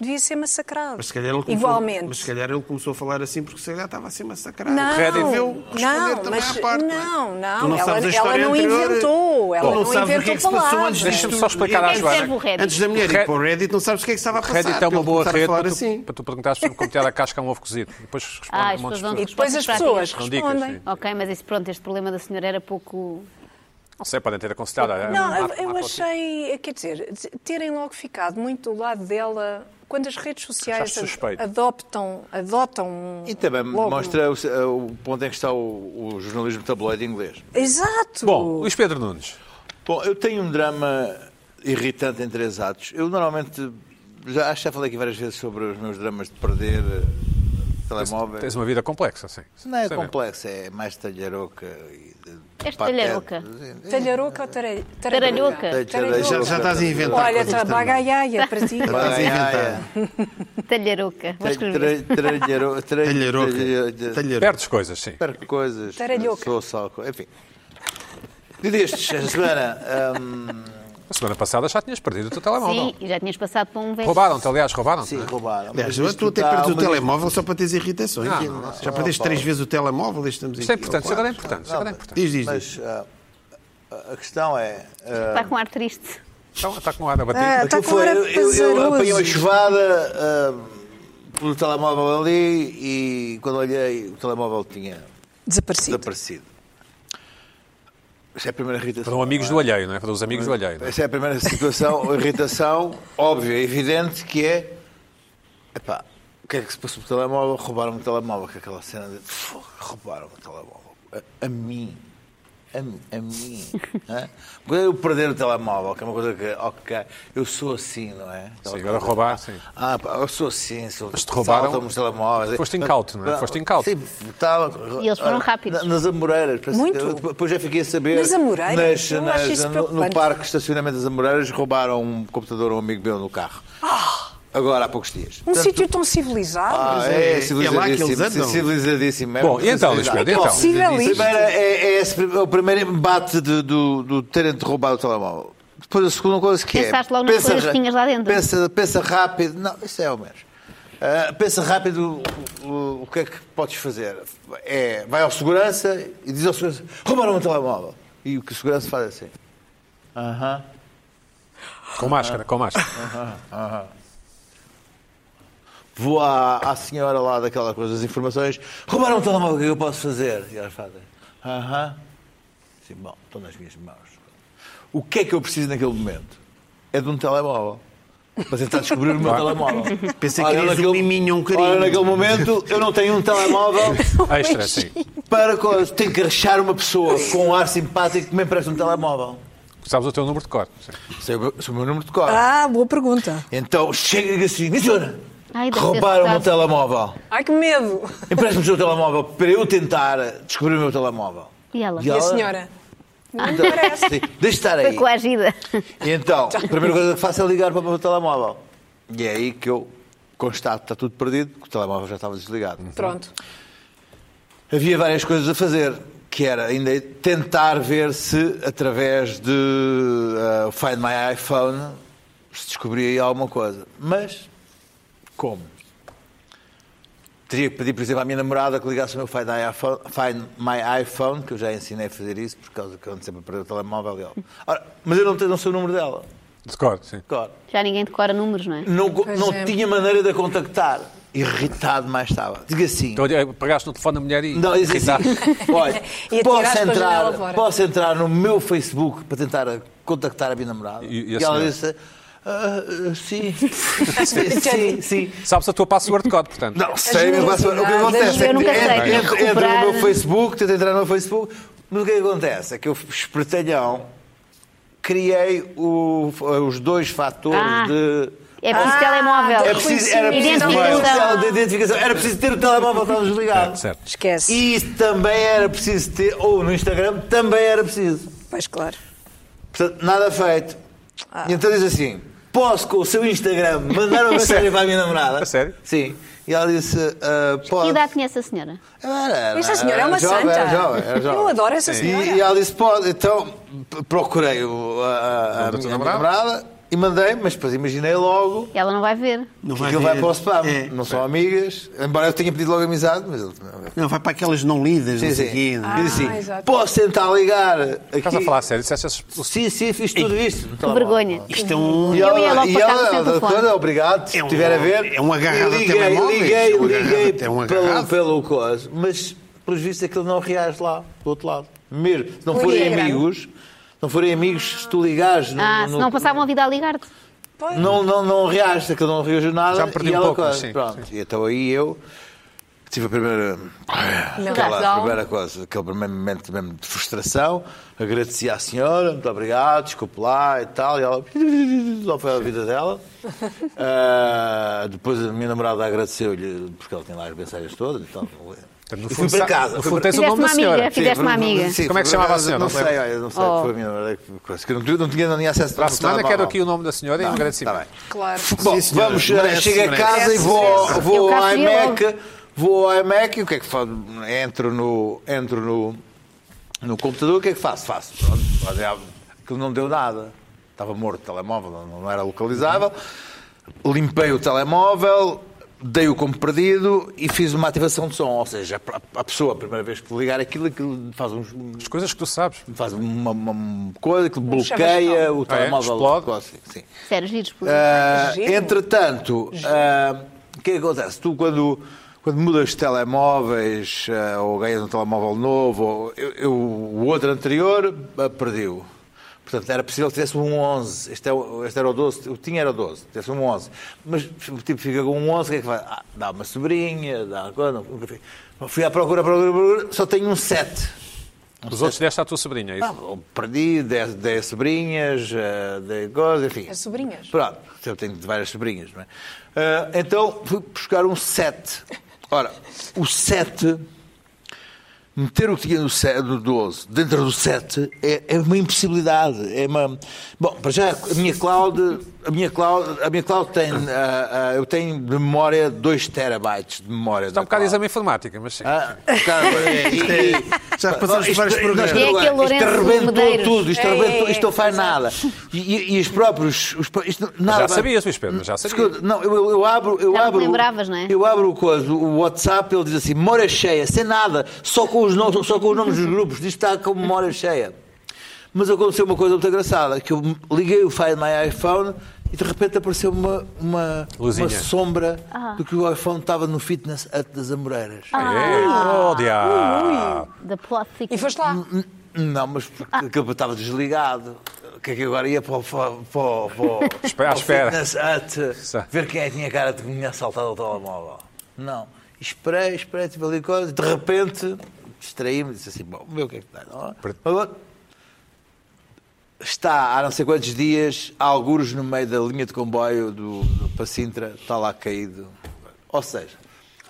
Speaker 3: Devia ser massacrado.
Speaker 2: Mas se calhar ele começou,
Speaker 3: Igualmente.
Speaker 2: Mas se calhar ele começou a falar assim porque se calhar estava a ser massacrado.
Speaker 3: Não,
Speaker 2: Resolveu responder
Speaker 3: não,
Speaker 2: também
Speaker 3: mas,
Speaker 2: à parte.
Speaker 3: não, não,
Speaker 2: Tu não é?
Speaker 3: ela,
Speaker 2: sabes a
Speaker 3: ela
Speaker 2: história
Speaker 3: não
Speaker 2: anterior.
Speaker 3: inventou, ela
Speaker 2: Tu
Speaker 3: não,
Speaker 2: sabes
Speaker 3: inventou
Speaker 2: o que é que se passou antes
Speaker 3: palavras.
Speaker 2: disto.
Speaker 1: Deixa-me só explicar à
Speaker 6: Quem
Speaker 1: Joana.
Speaker 6: serve o Reddit?
Speaker 2: Antes da mulher ir
Speaker 1: Red-
Speaker 2: para o Reddit, não sabes o que é que estava a passar.
Speaker 1: Reddit é uma
Speaker 2: Ele
Speaker 1: boa
Speaker 2: começar a
Speaker 1: rede
Speaker 2: falar
Speaker 1: para tu,
Speaker 2: assim.
Speaker 1: para tu perguntares se cometear a casca a um ovo cozido. Depois responde
Speaker 6: Ah,
Speaker 1: um
Speaker 6: as
Speaker 1: monte de
Speaker 6: pessoas
Speaker 1: coisas.
Speaker 3: E depois as pessoas
Speaker 1: São dicas,
Speaker 3: respondem.
Speaker 1: sim.
Speaker 6: Ok, mas esse, pronto, este problema da senhora era pouco...
Speaker 1: Não sei, podem ter aconselhado. ah,
Speaker 3: Não, eu-
Speaker 1: mata-
Speaker 3: eu
Speaker 1: mata o tipo.
Speaker 3: achei, quer dizer, terem logo ficado muito do lado dela quando as redes sociais
Speaker 1: Achaste suspeito.
Speaker 3: adoptam, adotam um-
Speaker 4: E também
Speaker 3: logo-
Speaker 4: mostra o, o ponto em que está o, o jornalismo tabloide inglês.
Speaker 3: Exato.
Speaker 1: Bom, Luís Pedro Nunes.
Speaker 4: Bom, eu tenho um drama irritante em três atos. Eu normalmente, já, acho que já falei aqui várias vezes sobre os meus dramas de perder eh, telemóvel.
Speaker 2: um-
Speaker 1: Tens uma vida complexa, sim.
Speaker 4: Não é
Speaker 1: Sim,
Speaker 4: complexo, é mais talharoca. e de-
Speaker 6: És
Speaker 4: patente.
Speaker 1: é
Speaker 6: talharoca?
Speaker 3: Talharuca ou tara-
Speaker 6: Taralhoca.
Speaker 4: Talharoca.
Speaker 2: Já, já estás a inventar.
Speaker 3: Olha,
Speaker 2: coisas
Speaker 3: tá
Speaker 2: também.
Speaker 3: bagaiaia para ti.
Speaker 2: Estás a
Speaker 4: Ai, ai,
Speaker 2: inventar.
Speaker 6: Talharuca. Vou
Speaker 4: ai.
Speaker 6: escrever.
Speaker 4: Tra- tralharo- tra-
Speaker 2: Talharoca.
Speaker 4: tralha-
Speaker 1: sim.
Speaker 2: Talharoca.
Speaker 1: Perdes coisas, sim.
Speaker 4: Perco coisas.
Speaker 3: Taralhoca.
Speaker 4: Sou salco. Enfim. De destes, a semana. hum,
Speaker 1: A semana passada já tinhas perdido o teu telemóvel.
Speaker 6: Sim, e já tinhas passado por um velho.
Speaker 1: Roubaram-te, aliás, roubaram-te.
Speaker 4: sim,
Speaker 1: não é?
Speaker 4: roubaram.
Speaker 2: Aliás,
Speaker 4: Mas
Speaker 2: eu
Speaker 4: isto
Speaker 2: tu até
Speaker 4: está
Speaker 2: perdes o
Speaker 4: uma-
Speaker 2: telemóvel só para teres irritações.
Speaker 1: Não,
Speaker 2: Aquilo,
Speaker 1: não,
Speaker 2: já perdeste três vezes o telemóvel, estamos
Speaker 1: Isto é
Speaker 2: aqui,
Speaker 1: importante,
Speaker 2: ó,
Speaker 1: isso agora é
Speaker 2: claro.
Speaker 1: importante. Isso agora é importante.
Speaker 2: Diz, diz, diz.
Speaker 4: Mas ah, a ah, questão é. ah,
Speaker 6: Está com ar triste.
Speaker 1: Então, está com ar abatido.
Speaker 3: Ah, está
Speaker 4: Aquilo
Speaker 3: com ar
Speaker 4: eu- eu, eu apanhei uma
Speaker 3: pesaroso.
Speaker 4: chuvada ah, pelo telemóvel ali e quando olhei o telemóvel tinha
Speaker 3: Desaparecido.
Speaker 4: desaparecido. Essa é a primeira irritação.
Speaker 1: Foram amigos do alheio, não é? Foram os amigos do alheio. não é?
Speaker 4: Essa é a primeira situação, irritação óbvia, evidente, que é. Epá, o que é que se passou pelo telemóvel? Roubaram-me o telemóvel, que é aquela cena de. "Fogo, Roubaram-me o telemóvel. A, a mim. A, mi- a mim. hã? Quando eu perder o telemóvel, que é uma coisa que. Ok, eu sou assim, não é?
Speaker 1: Sim, agora roubar, sim.
Speaker 4: Ah, pá, eu sou assim, sou.
Speaker 1: Mas te roubaram-
Speaker 4: saltam-me os telemóvel.
Speaker 1: Foste incauto, não é? Foste incauto.
Speaker 4: Ah, Sim, tal,
Speaker 6: E eles foram rápidos.
Speaker 4: Na- Nas Amoreiras. parece-
Speaker 3: Muito.
Speaker 4: eu- Depois já fiquei a saber.
Speaker 3: Nas Amoreiras?
Speaker 4: nas-
Speaker 3: Eu acho
Speaker 4: nas-
Speaker 3: isso
Speaker 4: no, no
Speaker 3: preocupante.
Speaker 4: parque de estacionamento das Amoreiras roubaram um computador a um amigo meu no carro.
Speaker 3: Ah!
Speaker 4: Agora há poucos dias.
Speaker 3: Um
Speaker 4: Portanto,
Speaker 3: sítio tão civilizado.
Speaker 4: ah,
Speaker 2: é-
Speaker 4: é,
Speaker 2: é lá que eles
Speaker 4: civilizadíssimo.
Speaker 2: andam.
Speaker 4: civilizadíssimo. É
Speaker 1: Bom,
Speaker 4: uma
Speaker 1: e então, Luís
Speaker 4: civilidade.
Speaker 1: Pedro, e então?
Speaker 3: Possível isto?
Speaker 4: Primeiro é, é esse prim- é o primeiro embate de- do, do terem de roubar o telemóvel. Depois a segunda coisa que
Speaker 6: Pensaste
Speaker 4: é...
Speaker 6: logo nas coisas que tinhas lá dentro.
Speaker 4: Pensa, pensa rápido. Não, isso é o menos. Ah, pensa rápido o, o- o que é que podes fazer. É, vai ao segurança e diz ao segurança, roubaram o telemóvel. E o que o segurança faz é assim. Aham.
Speaker 1: Com máscara, com máscara.
Speaker 4: Vou à, à senhora lá daquela coisa das informações, roubaram o telemóvel, o que é que eu posso fazer? E elas fazem, aham. Sim, bom, estão nas minhas mãos. O que é que eu preciso naquele momento? É de um telemóvel. Para tentar descobrir o meu telemóvel.
Speaker 2: Pensei
Speaker 4: Ora,
Speaker 2: que querias um miminho, um carinho.
Speaker 4: Ora, naquele momento, eu não tenho um telemóvel
Speaker 1: Extra, sim.
Speaker 4: para... co- Tenho que achar uma pessoa com um ar simpático que me empreste um telemóvel.
Speaker 1: Sabes o teu número de cor. Sim.
Speaker 4: Sei o meu, sei o meu número de cor.
Speaker 3: Ah, boa pergunta.
Speaker 4: Então, chega assim, Missiona,
Speaker 6: Ai, deve ter
Speaker 4: roubaram um
Speaker 6: ficado.
Speaker 4: telemóvel.
Speaker 3: Ai, que medo.
Speaker 4: Empresta-me o seu telemóvel para eu tentar descobrir o meu telemóvel.
Speaker 6: E ela?
Speaker 3: E a senhora?
Speaker 4: Então, sim, deixa de estar
Speaker 6: Foi
Speaker 4: aí.
Speaker 6: coagida.
Speaker 4: E então, a primeira coisa que faço é ligar para o meu telemóvel. E é aí que eu constato que está tudo perdido, que o telemóvel já estava desligado.
Speaker 3: Pronto.
Speaker 4: Havia várias coisas a fazer, que era ainda tentar ver se, através de ah, Find My iPhone, se descobria aí alguma coisa. Mas, como? Teria que pedir, por exemplo, à minha namorada que ligasse o meu Find My iPhone, Find My iPhone, que eu já ensinei a fazer isso, por causa que eu ando sempre a perder o telemóvel dela. Ora, mas eu não, tenho, não sei o número dela.
Speaker 1: De cor, sim.
Speaker 4: Claro.
Speaker 6: Já ninguém decora números, não é?
Speaker 4: Não,
Speaker 3: Pois
Speaker 4: não
Speaker 3: é.
Speaker 4: tinha maneira de a contactar. Irritado mais estava. Diga assim.
Speaker 1: Então, olha, pegaste no telefone da mulher e.
Speaker 4: Não, isso assim, olha,
Speaker 3: E atiraste
Speaker 4: posso
Speaker 3: pela janela
Speaker 4: entrar,
Speaker 3: fora.
Speaker 4: posso entrar no meu Facebook para tentar contactar a minha namorada.
Speaker 1: E- e a
Speaker 4: ela
Speaker 1: senhora?
Speaker 4: disse, "Ah, ah, sim, sim, sim, sim.
Speaker 1: Sabes a tua password de code, portanto.
Speaker 4: Não sei, mas o que
Speaker 3: generosidade,
Speaker 4: acontece
Speaker 6: eu
Speaker 4: é que
Speaker 6: nunca
Speaker 4: entra,
Speaker 6: sei.
Speaker 4: entra- entra
Speaker 6: Recuperar-
Speaker 4: no meu Facebook, tenta entrar no meu Facebook, mas o que acontece é que eu, espertalhão, criei o- os dois fatores
Speaker 6: Ah.
Speaker 4: de...
Speaker 6: É preciso
Speaker 3: Ah,
Speaker 6: telemóvel.
Speaker 4: É preciso, era preciso
Speaker 3: Identificação.
Speaker 4: ter o tel- de identificação, era preciso ter o telemóvel todo desligado.
Speaker 1: Certo.
Speaker 3: Esquece.
Speaker 4: E isso também era preciso ter, ou no Instagram também era preciso.
Speaker 3: Pois claro.
Speaker 4: Portanto, nada feito.
Speaker 3: Ah.
Speaker 4: E então diz assim: posso com o seu Instagram mandar uma mensagem para a minha namorada?
Speaker 1: A sério?
Speaker 4: Sim. E ela disse: "Ah,
Speaker 6: Que
Speaker 4: pode.
Speaker 6: idade tinha essa senhora?
Speaker 4: Era, era,
Speaker 3: Essa senhora é uma
Speaker 4: era jovem,
Speaker 3: santa.
Speaker 4: Era jovem, era jovem.
Speaker 3: Eu adoro essa
Speaker 4: Sim.
Speaker 3: senhora.
Speaker 4: E, e ela disse: pode. Então p- procurei o- a- a,
Speaker 1: da
Speaker 4: a,
Speaker 1: tua
Speaker 4: minha
Speaker 1: namorada?
Speaker 4: namorada e mandei, mas depois imaginei logo.
Speaker 6: E ela não vai ver.
Speaker 2: Não
Speaker 4: que aquilo vai
Speaker 2: ver.
Speaker 4: para o spam,
Speaker 2: É.
Speaker 4: não são amigas, embora eu tenha pedido logo amizade, mas ele é
Speaker 2: Não, vai para aquelas não lidas,
Speaker 4: Sim,
Speaker 2: não
Speaker 4: sim.
Speaker 2: sei o quê. não é?
Speaker 4: Diz assim,
Speaker 3: Ah, exato.
Speaker 4: posso tentar ligar aqui?
Speaker 1: Estás a falar a sério? Disseste essas-
Speaker 4: Sim, sim, fiz tudo isto. Que
Speaker 6: vergonha.
Speaker 2: Isto é um.
Speaker 4: E
Speaker 6: Eu
Speaker 4: ela,
Speaker 6: ia logo
Speaker 4: e
Speaker 6: para casa
Speaker 4: ela,
Speaker 6: sem
Speaker 4: ela-
Speaker 6: telefone.
Speaker 4: quando, obrigado, se
Speaker 2: É um-
Speaker 4: estiver a ver.
Speaker 2: é um agarrado
Speaker 4: eu
Speaker 2: a
Speaker 4: liguei,
Speaker 2: telemóveis,
Speaker 4: liguei,
Speaker 2: é um agarrado,
Speaker 4: liguei
Speaker 2: é um
Speaker 4: pelo,
Speaker 2: agarrado.
Speaker 4: pelo coisa, mas pelos vistos aquilo não reage lá, do outro lado. Mesmo, se não
Speaker 3: Ui, é
Speaker 4: forem
Speaker 3: grande.
Speaker 4: amigos, se não forem amigos, se tu ligares no,
Speaker 6: Ah,
Speaker 4: no-
Speaker 6: se não passavam a vida a ligar-te.
Speaker 3: Pois.
Speaker 4: não, não, não reage, aquilo não reagiu nada.
Speaker 1: Já me perdi
Speaker 4: e
Speaker 1: um
Speaker 4: ela
Speaker 1: pouco,
Speaker 4: coisa.
Speaker 1: sim,
Speaker 4: Pronto, e então aí eu tive a primeira. Aquela
Speaker 6: Razão.
Speaker 4: primeira coisa, aquele primeiro momento mesmo de frustração. Agradeci à senhora, muito obrigado, desculpe lá e tal. E ela. Lá foi a vida dela. Ah, depois a minha namorada agradeceu-lhe, porque ela tem lá as mensagens todas. Então,
Speaker 1: Portanto, no
Speaker 4: e fui
Speaker 1: fundo,
Speaker 4: para
Speaker 1: sa-
Speaker 4: casa.
Speaker 1: no
Speaker 4: fui
Speaker 1: fundo,
Speaker 4: para-
Speaker 1: tens um o nome da
Speaker 6: Fizeste uma
Speaker 1: senhora.
Speaker 6: amiga. Fizeste uma amiga.
Speaker 4: Sim,
Speaker 1: Como é que
Speaker 4: fui para
Speaker 1: chamava a
Speaker 4: casa,
Speaker 1: senhora?
Speaker 4: Não
Speaker 1: Não lembro.
Speaker 4: sei, olha, não sei.
Speaker 6: Oh.
Speaker 4: Foi a minha namorada que- coisa, que eu não tinha, não tinha nem acesso
Speaker 1: Para a semana quero
Speaker 4: telemóvel.
Speaker 1: aqui o nome da senhora e um agradecimento.
Speaker 4: Está bem.
Speaker 3: Claro.
Speaker 4: Bom,
Speaker 2: Sim, senhora.
Speaker 4: vamos,
Speaker 2: Merece,
Speaker 4: chego a
Speaker 2: merece.
Speaker 4: casa e vou,
Speaker 3: Merece.
Speaker 4: vou
Speaker 6: Eu cá
Speaker 4: ao
Speaker 6: fui
Speaker 4: iMac, vou ao iMac e o que é que faço? Entro no, entro no, no computador, o que é que faço? Faço. Pronto, olha, Aquilo não deu nada. Estava morto o telemóvel, não, não era localizável. Limpei o telemóvel, dei-o como perdido e fiz uma ativação de som. Ou seja, a a pessoa, a primeira vez que ligar aquilo, aquilo faz uns.
Speaker 1: As coisas que tu sabes.
Speaker 4: Faz uma, uma coisa que
Speaker 3: chaves-chave.
Speaker 4: bloqueia o
Speaker 1: Ah, é?
Speaker 4: telemóvel.
Speaker 1: Explode?
Speaker 4: Assim, sim.
Speaker 6: Sério, giros. por-
Speaker 4: Ah,
Speaker 3: Giro.
Speaker 4: entretanto, ah, o que é que acontece? Tu, quando, quando mudas de telemóveis ah, ou ganhas um telemóvel novo, ou- eu- eu- o outro anterior ah, perdeu. Portanto, era possível que tivesse um 11. Este, é o- este era o 12. Eu tinha era o 12. Tivesse um 11. Mas, tipo, fica com um 11, o que é que faz? Ah, dá uma sobrinha, dá uma coisa. Nunca fui. Fui à procura, procura, procura. Só tenho um 7.
Speaker 1: Os outros deste à tua sobrinha, é isso?
Speaker 4: Ah, perdi 10, 10 sobrinhas, eh, dei coisa, enfim.
Speaker 3: As É sobrinhas?
Speaker 4: Pronto, eu tenho várias sobrinhas, não é? Ah, então fui buscar um 7. Ora, o 7, meter o que tinha no, 7, no 12 dentro do 7 é, é uma impossibilidade. É uma... Bom, para já, a minha cloud, a minha cloud, a minha cloud tem, ah, ah, eu tenho de memória 2 terabytes de memória.
Speaker 1: Está um
Speaker 4: da
Speaker 1: bocado de
Speaker 4: cloud.
Speaker 1: exame de informática, mas sim.
Speaker 4: Ah, cara, isto é-
Speaker 2: Já passamos por vários
Speaker 4: Isto-
Speaker 2: programas.
Speaker 6: É aquele
Speaker 4: isto
Speaker 6: Lourenço
Speaker 4: arrebentou
Speaker 6: Medeiros.
Speaker 4: tudo, isto
Speaker 3: É,
Speaker 4: arrebentou,
Speaker 3: é,
Speaker 4: isto não faz nada. E, e- e os próprios. Os, pró- isto, nada,
Speaker 1: já sabias, Luís Pedro, já sabias.
Speaker 4: Escuta, Não, eu, eu- eu abro. Eu
Speaker 6: Já não te
Speaker 4: abro,
Speaker 6: lembravas, não é?
Speaker 4: Eu abro o, coisa, o WhatsApp, ele diz assim: memória cheia, sem nada, só com os, nomes- só com os nomes dos grupos, diz que está com memória cheia. Mas aconteceu uma coisa muito engraçada: que eu liguei o Find My iPhone e de repente apareceu uma, uma,
Speaker 1: Luzinha.
Speaker 4: uma sombra do que o iPhone estava no Fitness Hut das Amoreiras.
Speaker 1: É,
Speaker 4: Ah.
Speaker 1: oh, diabo.
Speaker 6: Da plot thickness.
Speaker 3: E foste lá.
Speaker 4: Não, mas
Speaker 3: Ah.
Speaker 4: porque aquilo estava desligado. O que é que eu agora ia para o. Para, o- para, o-
Speaker 1: Espera,
Speaker 4: para o
Speaker 1: espera.
Speaker 4: Fitness Hut,
Speaker 1: Sa-
Speaker 4: ver quem é que tinha cara de que me tinha assaltado o telemóvel. Não. Esperei, esperei, tive ali coisa. De repente, distraí-me e disse assim: bom, vê o que é que está. Não é?
Speaker 1: Per-
Speaker 4: Agora, está há não sei quantos dias, alguros no meio da linha de comboio do, do para Sintra, está lá caído. Ou seja,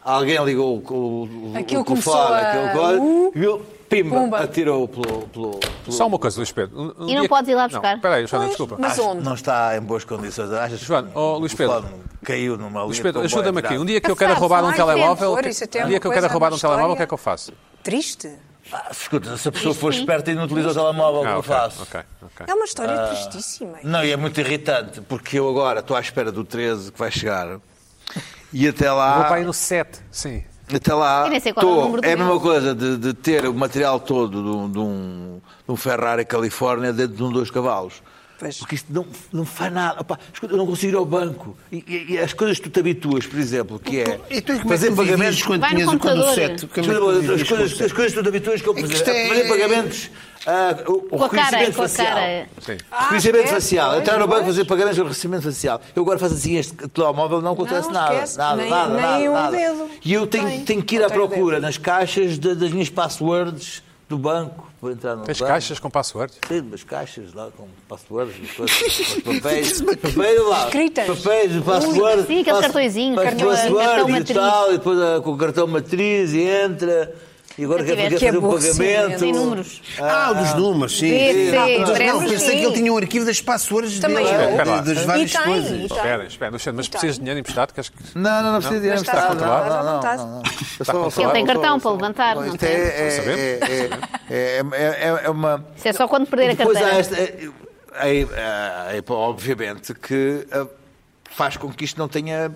Speaker 4: alguém ligou o, o, o,
Speaker 3: Aquilo
Speaker 4: o telefone,
Speaker 3: começou a-
Speaker 4: aquele coisa,
Speaker 3: Uh,
Speaker 4: e eu, pimba,
Speaker 3: pumba.
Speaker 4: atirou pelo. pelo, pelo-
Speaker 1: Só uma coisa, Luís Pedro. Um- um
Speaker 6: E não
Speaker 1: dia-
Speaker 6: podes ir lá buscar?
Speaker 1: Não, peraí, Joana,
Speaker 3: Pois,
Speaker 1: desculpa. Ah,
Speaker 3: mas
Speaker 4: Acho que
Speaker 3: onde?
Speaker 4: Não está em boas condições. Achas que
Speaker 1: Joana, oh,
Speaker 4: o
Speaker 1: Luís Pedro.
Speaker 4: telefone Caiu numa linha
Speaker 1: Luís
Speaker 4: de
Speaker 1: Pedro,
Speaker 4: comboio
Speaker 1: ajuda-me aqui.
Speaker 4: virada.
Speaker 1: Um dia que eu
Speaker 6: Passado,
Speaker 1: quero roubar um
Speaker 6: mais
Speaker 1: telemóvel,
Speaker 3: tempo, isso até é
Speaker 1: um
Speaker 3: uma
Speaker 1: dia que eu
Speaker 3: coisa,
Speaker 1: quero roubar
Speaker 3: uma
Speaker 1: um telemóvel, o que é
Speaker 3: história.
Speaker 1: que eu faço?
Speaker 3: Triste.
Speaker 4: Ah, escuta, se a pessoa for esperta e não utiliza o telemóvel,
Speaker 1: Ah,
Speaker 4: não
Speaker 1: ok,
Speaker 4: faço.
Speaker 1: ok, ok.
Speaker 3: É uma história tristíssima.
Speaker 4: Ah, Não, e é muito irritante, porque eu agora estou à espera do 13 que vai chegar. E até lá.
Speaker 3: Ah.
Speaker 1: Vou para aí no 7, sim.
Speaker 4: Até lá,
Speaker 6: Eu nem sei qual é o
Speaker 4: tô,
Speaker 6: número do
Speaker 4: é a
Speaker 6: meu.
Speaker 4: mesma coisa de, de ter o material todo de um, de um- de um Ferrari Califórnia dentro de um dois cavalos.
Speaker 3: Pois.
Speaker 4: Porque isto não, não faz nada. Opá, escuta, eu não consigo ir ao banco. E, e- e as coisas que tu te habituas, por exemplo, que é
Speaker 2: E tu é que
Speaker 4: fazer pagamentos...
Speaker 2: pagamentos quando
Speaker 6: Vai no
Speaker 2: tinhas o quando o
Speaker 6: computador.
Speaker 2: set? Como é que tu
Speaker 4: Escuta, as,
Speaker 2: vivias com o
Speaker 4: coisas,
Speaker 2: set?
Speaker 4: as coisas que tu te habituas, como
Speaker 2: É que
Speaker 4: fazer-
Speaker 2: isto é-
Speaker 4: fazer pagamentos... ah, o, o
Speaker 6: Com a cara,
Speaker 4: reconhecimento
Speaker 6: com a
Speaker 4: facial.
Speaker 6: cara.
Speaker 1: Sim.
Speaker 4: Reconhecimento
Speaker 3: Ah, esquece,
Speaker 4: facial.
Speaker 3: pois,
Speaker 4: Entrar no banco,
Speaker 3: pois.
Speaker 4: fazer pagamentos com reconhecimento facial. Eu agora faço assim, este telemóvel não acontece nada.
Speaker 3: esquece,
Speaker 4: nada,
Speaker 3: nem-
Speaker 4: nada,
Speaker 3: nem
Speaker 4: nada,
Speaker 3: um
Speaker 4: nada.
Speaker 3: dedo.
Speaker 4: E eu tenho,
Speaker 3: Tem.
Speaker 4: tenho que ir
Speaker 3: Não
Speaker 4: à
Speaker 3: tem
Speaker 4: procura
Speaker 3: dedo.
Speaker 4: nas caixas de- das minhas passwords do banco para entrar no
Speaker 1: Tens
Speaker 4: banco.
Speaker 1: caixas com password?
Speaker 4: Sim, umas caixas lá com passwords, umas coisas, com papéis, papéis lá,
Speaker 3: Escritas.
Speaker 4: papéis, passwords,
Speaker 6: sim, aqueles
Speaker 4: pass-
Speaker 6: cartõezinhos,
Speaker 4: pass-
Speaker 6: cartão- cartão
Speaker 4: passwords e
Speaker 6: matriz.
Speaker 4: tal, e depois ah, com o cartão matriz e entra, e agora
Speaker 6: Se
Speaker 4: quer
Speaker 6: tiver
Speaker 4: quer
Speaker 3: que
Speaker 4: fazer um
Speaker 3: aborrecimento.
Speaker 4: pagamento.
Speaker 6: Tem números.
Speaker 2: Ah, dos números, sim.
Speaker 6: Sim, sim,
Speaker 2: Não,
Speaker 6: parece
Speaker 2: pensei
Speaker 3: sim.
Speaker 2: que ele tinha um arquivo das passwords
Speaker 3: Também
Speaker 2: dele,
Speaker 1: eu.
Speaker 2: de- das
Speaker 1: E
Speaker 2: várias
Speaker 3: tem,
Speaker 2: coisas.
Speaker 6: Então.
Speaker 3: Tá.
Speaker 1: Espera, espera, Luciano, mas precisas de dinheiro emprestado? Queres que...
Speaker 3: Hum.
Speaker 4: Não, não, não precisa de dinheiro
Speaker 3: Mas estás
Speaker 6: tá
Speaker 4: emprestado.
Speaker 3: à vontade,
Speaker 4: não, não,
Speaker 3: estás à
Speaker 4: não, não. Eu
Speaker 1: Está
Speaker 4: só-
Speaker 1: com
Speaker 4: só-
Speaker 1: Ele
Speaker 6: tem
Speaker 4: só-
Speaker 6: cartão
Speaker 4: só-
Speaker 6: para levantar,
Speaker 4: só-
Speaker 6: não
Speaker 4: isto
Speaker 6: tem?
Speaker 4: é-
Speaker 1: Sabemos.
Speaker 4: é- é- é- é- é- é uma...
Speaker 6: Isso é só quando perder a
Speaker 4: Depois há
Speaker 6: carteira.
Speaker 4: esta- é- é- é- é- obviamente que ah, faz com que isto não tenha...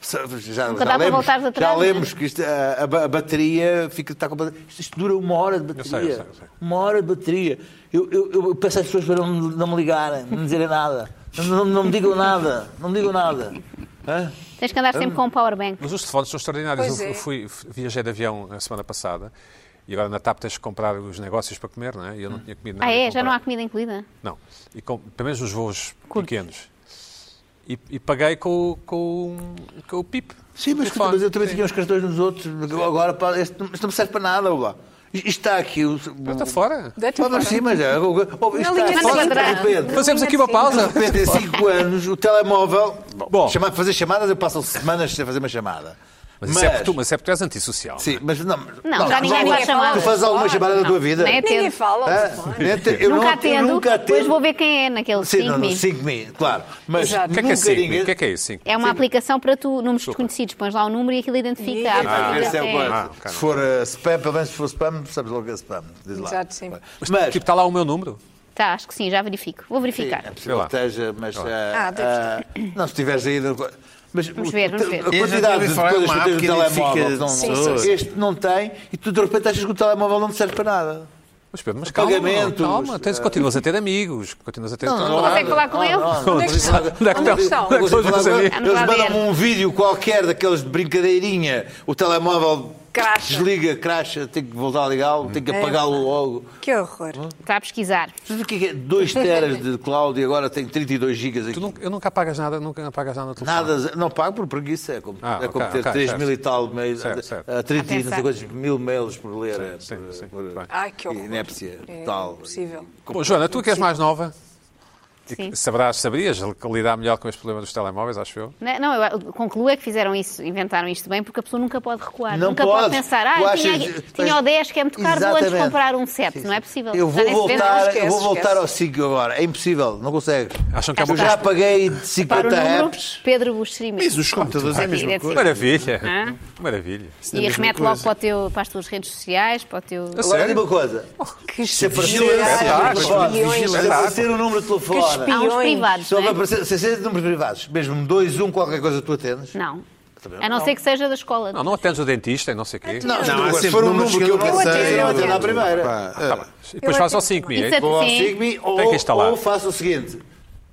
Speaker 4: Já, já,
Speaker 6: Nunca dá para
Speaker 4: lemos,
Speaker 6: voltares atrás,
Speaker 4: já
Speaker 6: não é?
Speaker 4: lemos que isto, ah, a, a ba- a bateria fica, está com a bateria. Isto, isto dura uma hora de bateria.
Speaker 1: sei, eu sei, eu sei.
Speaker 4: Uma hora de bateria. Eu, eu, eu peço às pessoas para não, me- não me ligarem, não me dizerem nada. Não, não- não me digam nada. Não me digam nada. Hã?
Speaker 6: Tens que andar
Speaker 4: Ah.
Speaker 6: sempre com um powerbank.
Speaker 1: Mas os telefones são extraordinários.
Speaker 3: Pois
Speaker 1: eu,
Speaker 3: é.
Speaker 1: eu fui, f- viajei de avião a semana passada e agora na TAP tens que comprar os negócios para comer, não é? E eu
Speaker 3: Hum.
Speaker 1: não tinha comido nada.
Speaker 6: Ah, é?
Speaker 1: e
Speaker 6: Já não há
Speaker 1: comprei-
Speaker 6: comida incluída?
Speaker 1: Não. E com, pelo menos nos voos pequenos. E, e paguei com, o- com, o- com o PIP.
Speaker 4: Sim, mas, escuta, mas eu também tinha os cartões nos outros. Agora, pá, este, não- isto não me serve para nada. Lá. Isto está aqui. O, o,
Speaker 1: Está tá fora.
Speaker 3: Deita
Speaker 4: Pá, mas sim, mas é. o- o- Isto
Speaker 3: Na linha
Speaker 4: está
Speaker 3: de
Speaker 4: fora de
Speaker 6: quadrado.
Speaker 4: repente.
Speaker 1: Fazemos aqui uma pausa.
Speaker 4: De repente, em 5 anos, o telemóvel.
Speaker 1: Bom.
Speaker 4: Bom, chamar- fazer chamadas, eu passo semanas sem fazer uma chamada.
Speaker 1: Mas, isso é porque tu, mas é porque tu és antissocial.
Speaker 4: Sim, mas não. Não,
Speaker 6: já ninguém
Speaker 4: tu-
Speaker 6: faz
Speaker 4: Tu
Speaker 6: chamadas.
Speaker 4: fazes alguma chamada da tua vida?
Speaker 6: Nem
Speaker 3: Ninguém
Speaker 6: atendo.
Speaker 3: fala.
Speaker 4: Ah, nem te- eu não-
Speaker 6: nunca
Speaker 4: eu
Speaker 6: atendo,
Speaker 4: nunca atendo.
Speaker 6: depois vou ver quem é naqueles
Speaker 4: Sim,
Speaker 6: 5
Speaker 4: não, não,
Speaker 6: mil.
Speaker 4: 5 mil, claro. Mas
Speaker 3: Exato.
Speaker 1: O que é que é
Speaker 4: nunca
Speaker 1: 5?
Speaker 4: ninguém-
Speaker 1: O que é que é isso? cinco?
Speaker 6: É uma aplicação para tu, números desconhecidos. Pões lá um número e aquilo identifica.
Speaker 3: Ah,
Speaker 6: a
Speaker 4: Ah,
Speaker 6: pessoa.
Speaker 4: esse é o coisa.
Speaker 1: Ah, ok.
Speaker 4: Se for eh, spam, pelo menos se for spam, sabes logo que é spam. Diz lá.
Speaker 3: Exato, sim.
Speaker 1: Mas,
Speaker 4: Mas,
Speaker 1: tipo, está lá o meu número.
Speaker 6: Tá, acho que sim, já verifico. Vou verificar.
Speaker 4: Sim, é
Speaker 1: Sei
Speaker 4: possível
Speaker 1: lá.
Speaker 4: que esteja, mas.
Speaker 3: Ah,
Speaker 4: ah,
Speaker 3: deve
Speaker 4: ah, não, se tiveres ainda. Mas
Speaker 6: Vamos
Speaker 4: o-
Speaker 6: ver, vamos ver.
Speaker 4: A quantidade de
Speaker 2: Eu já ouvi falar,
Speaker 4: coisas
Speaker 2: é
Speaker 4: que
Speaker 2: uma
Speaker 4: tu tens
Speaker 2: app
Speaker 4: no
Speaker 2: que
Speaker 4: telemóvel
Speaker 2: identifica
Speaker 4: não,
Speaker 3: pessoas.
Speaker 4: este não tem e tu de repente achas que o telemóvel não te serve para nada.
Speaker 1: Mas Pedro, mas calma,
Speaker 4: Pagamentos. É.
Speaker 1: calma. Tens, continuas a ter amigos, continuas a ter...
Speaker 6: consegue
Speaker 4: nada.
Speaker 6: falar com
Speaker 4: Não, é
Speaker 6: ele?
Speaker 4: não, não.
Speaker 1: Onde é que estão? Onde é que
Speaker 3: Onde é que
Speaker 1: estão?
Speaker 3: estão?
Speaker 1: Onde é que estão os meus amigos?
Speaker 6: Vamos
Speaker 4: Eles
Speaker 6: lá ver.
Speaker 4: mandam um vídeo qualquer daqueles de brincadeirinha, o telemóvel
Speaker 3: Cracha.
Speaker 4: desliga, cracha, tem que voltar a ligá-lo, tem que
Speaker 6: É.
Speaker 4: apagá-lo logo.
Speaker 3: Que horror.
Speaker 4: Hum?
Speaker 6: Está Tá a pesquisar.
Speaker 4: Mas o que é que é? 2 teras de cloud e agora tem 32 gigas aqui.
Speaker 1: Tu nunca, eu nunca apagas nada, nunca apagas nada no telefone.
Speaker 4: Nada, não pago por preguiça, é como,
Speaker 1: Ah,
Speaker 4: é como
Speaker 1: ok,
Speaker 4: ter
Speaker 1: ok,
Speaker 4: 3
Speaker 1: certo.
Speaker 4: mil e tal mails,
Speaker 1: Certo, certo.
Speaker 4: ah, 30 e não
Speaker 6: Atenção.
Speaker 4: sei quantos mil mails por ler. é,
Speaker 1: sim,
Speaker 4: por-
Speaker 1: sim,
Speaker 4: por-
Speaker 1: bem.
Speaker 3: Ai, que horror.
Speaker 4: Inépcia,
Speaker 3: É
Speaker 4: tal.
Speaker 3: impossível.
Speaker 1: Bom, Joana, tu que és mais nova,
Speaker 6: Sim.
Speaker 1: saberás, saberias lidar melhor com este problema dos telemóveis, acho eu.
Speaker 6: Não, não, eu concluo é que fizeram isso, inventaram isto bem, porque a pessoa nunca pode recuar.
Speaker 4: Não
Speaker 6: nunca
Speaker 4: pode.
Speaker 6: pode, pensar, ah,
Speaker 4: Tu
Speaker 6: eu
Speaker 4: achas-
Speaker 6: tinha, tinha o 10 que é muito caro, vou antes
Speaker 4: Exatamente.
Speaker 6: comprar um 7.
Speaker 4: Sim,
Speaker 6: Não é
Speaker 4: sim.
Speaker 6: possível.
Speaker 4: Eu
Speaker 6: Já
Speaker 4: vou
Speaker 6: nem se vende,
Speaker 4: voltar,
Speaker 3: esquece,
Speaker 4: eu vou
Speaker 3: esquece.
Speaker 4: voltar ao 5 agora. É impossível, não consegues.
Speaker 1: Acham que é uma
Speaker 6: Esta
Speaker 4: Eu
Speaker 6: Tá.
Speaker 1: boa...
Speaker 4: já paguei
Speaker 6: Para o
Speaker 4: 50
Speaker 6: número,
Speaker 4: apps.
Speaker 6: Pedro Buxerimi.
Speaker 2: Mas os computadores é a mesma coisa.
Speaker 1: Maravilha.
Speaker 6: Hã?
Speaker 1: Maravilha.
Speaker 2: é a
Speaker 6: E
Speaker 2: mesma
Speaker 6: remete logo
Speaker 2: coisa.
Speaker 6: para, o teu, para as tuas redes sociais, para o teu...
Speaker 1: Eu
Speaker 4: Agora
Speaker 1: Sério? É
Speaker 4: diga uma coisa.
Speaker 3: Oh, Que
Speaker 4: Se aparecer ah,
Speaker 1: espetacular,
Speaker 4: o número de telefone,
Speaker 3: espetacular.
Speaker 4: se aparecer o número de telefone,
Speaker 6: Há uns
Speaker 3: Espiões.
Speaker 6: privados,
Speaker 4: se
Speaker 6: não é?
Speaker 4: aparecer 600 números privados, mesmo 2, 1, qualquer coisa tu atendes.
Speaker 6: Não.
Speaker 4: Também
Speaker 6: A não ser que seja da escola.
Speaker 1: Não, não atendes o dentista e não sei o quê.
Speaker 2: Ah, Não, há
Speaker 4: se
Speaker 2: sempre
Speaker 4: for um
Speaker 2: números
Speaker 4: número que eu
Speaker 2: não
Speaker 4: pensei,
Speaker 2: sei,
Speaker 4: eu atendo à
Speaker 2: não.
Speaker 4: primeira.
Speaker 2: Pá,
Speaker 1: Tá bem. E depois
Speaker 3: Eu
Speaker 1: faz ao
Speaker 3: atendo.
Speaker 1: 5
Speaker 6: Isso é-
Speaker 1: mil.
Speaker 4: Ou ao
Speaker 6: Sim.
Speaker 4: Sigmi, ou,
Speaker 1: Tem que instalar.
Speaker 4: ou faço o seguinte.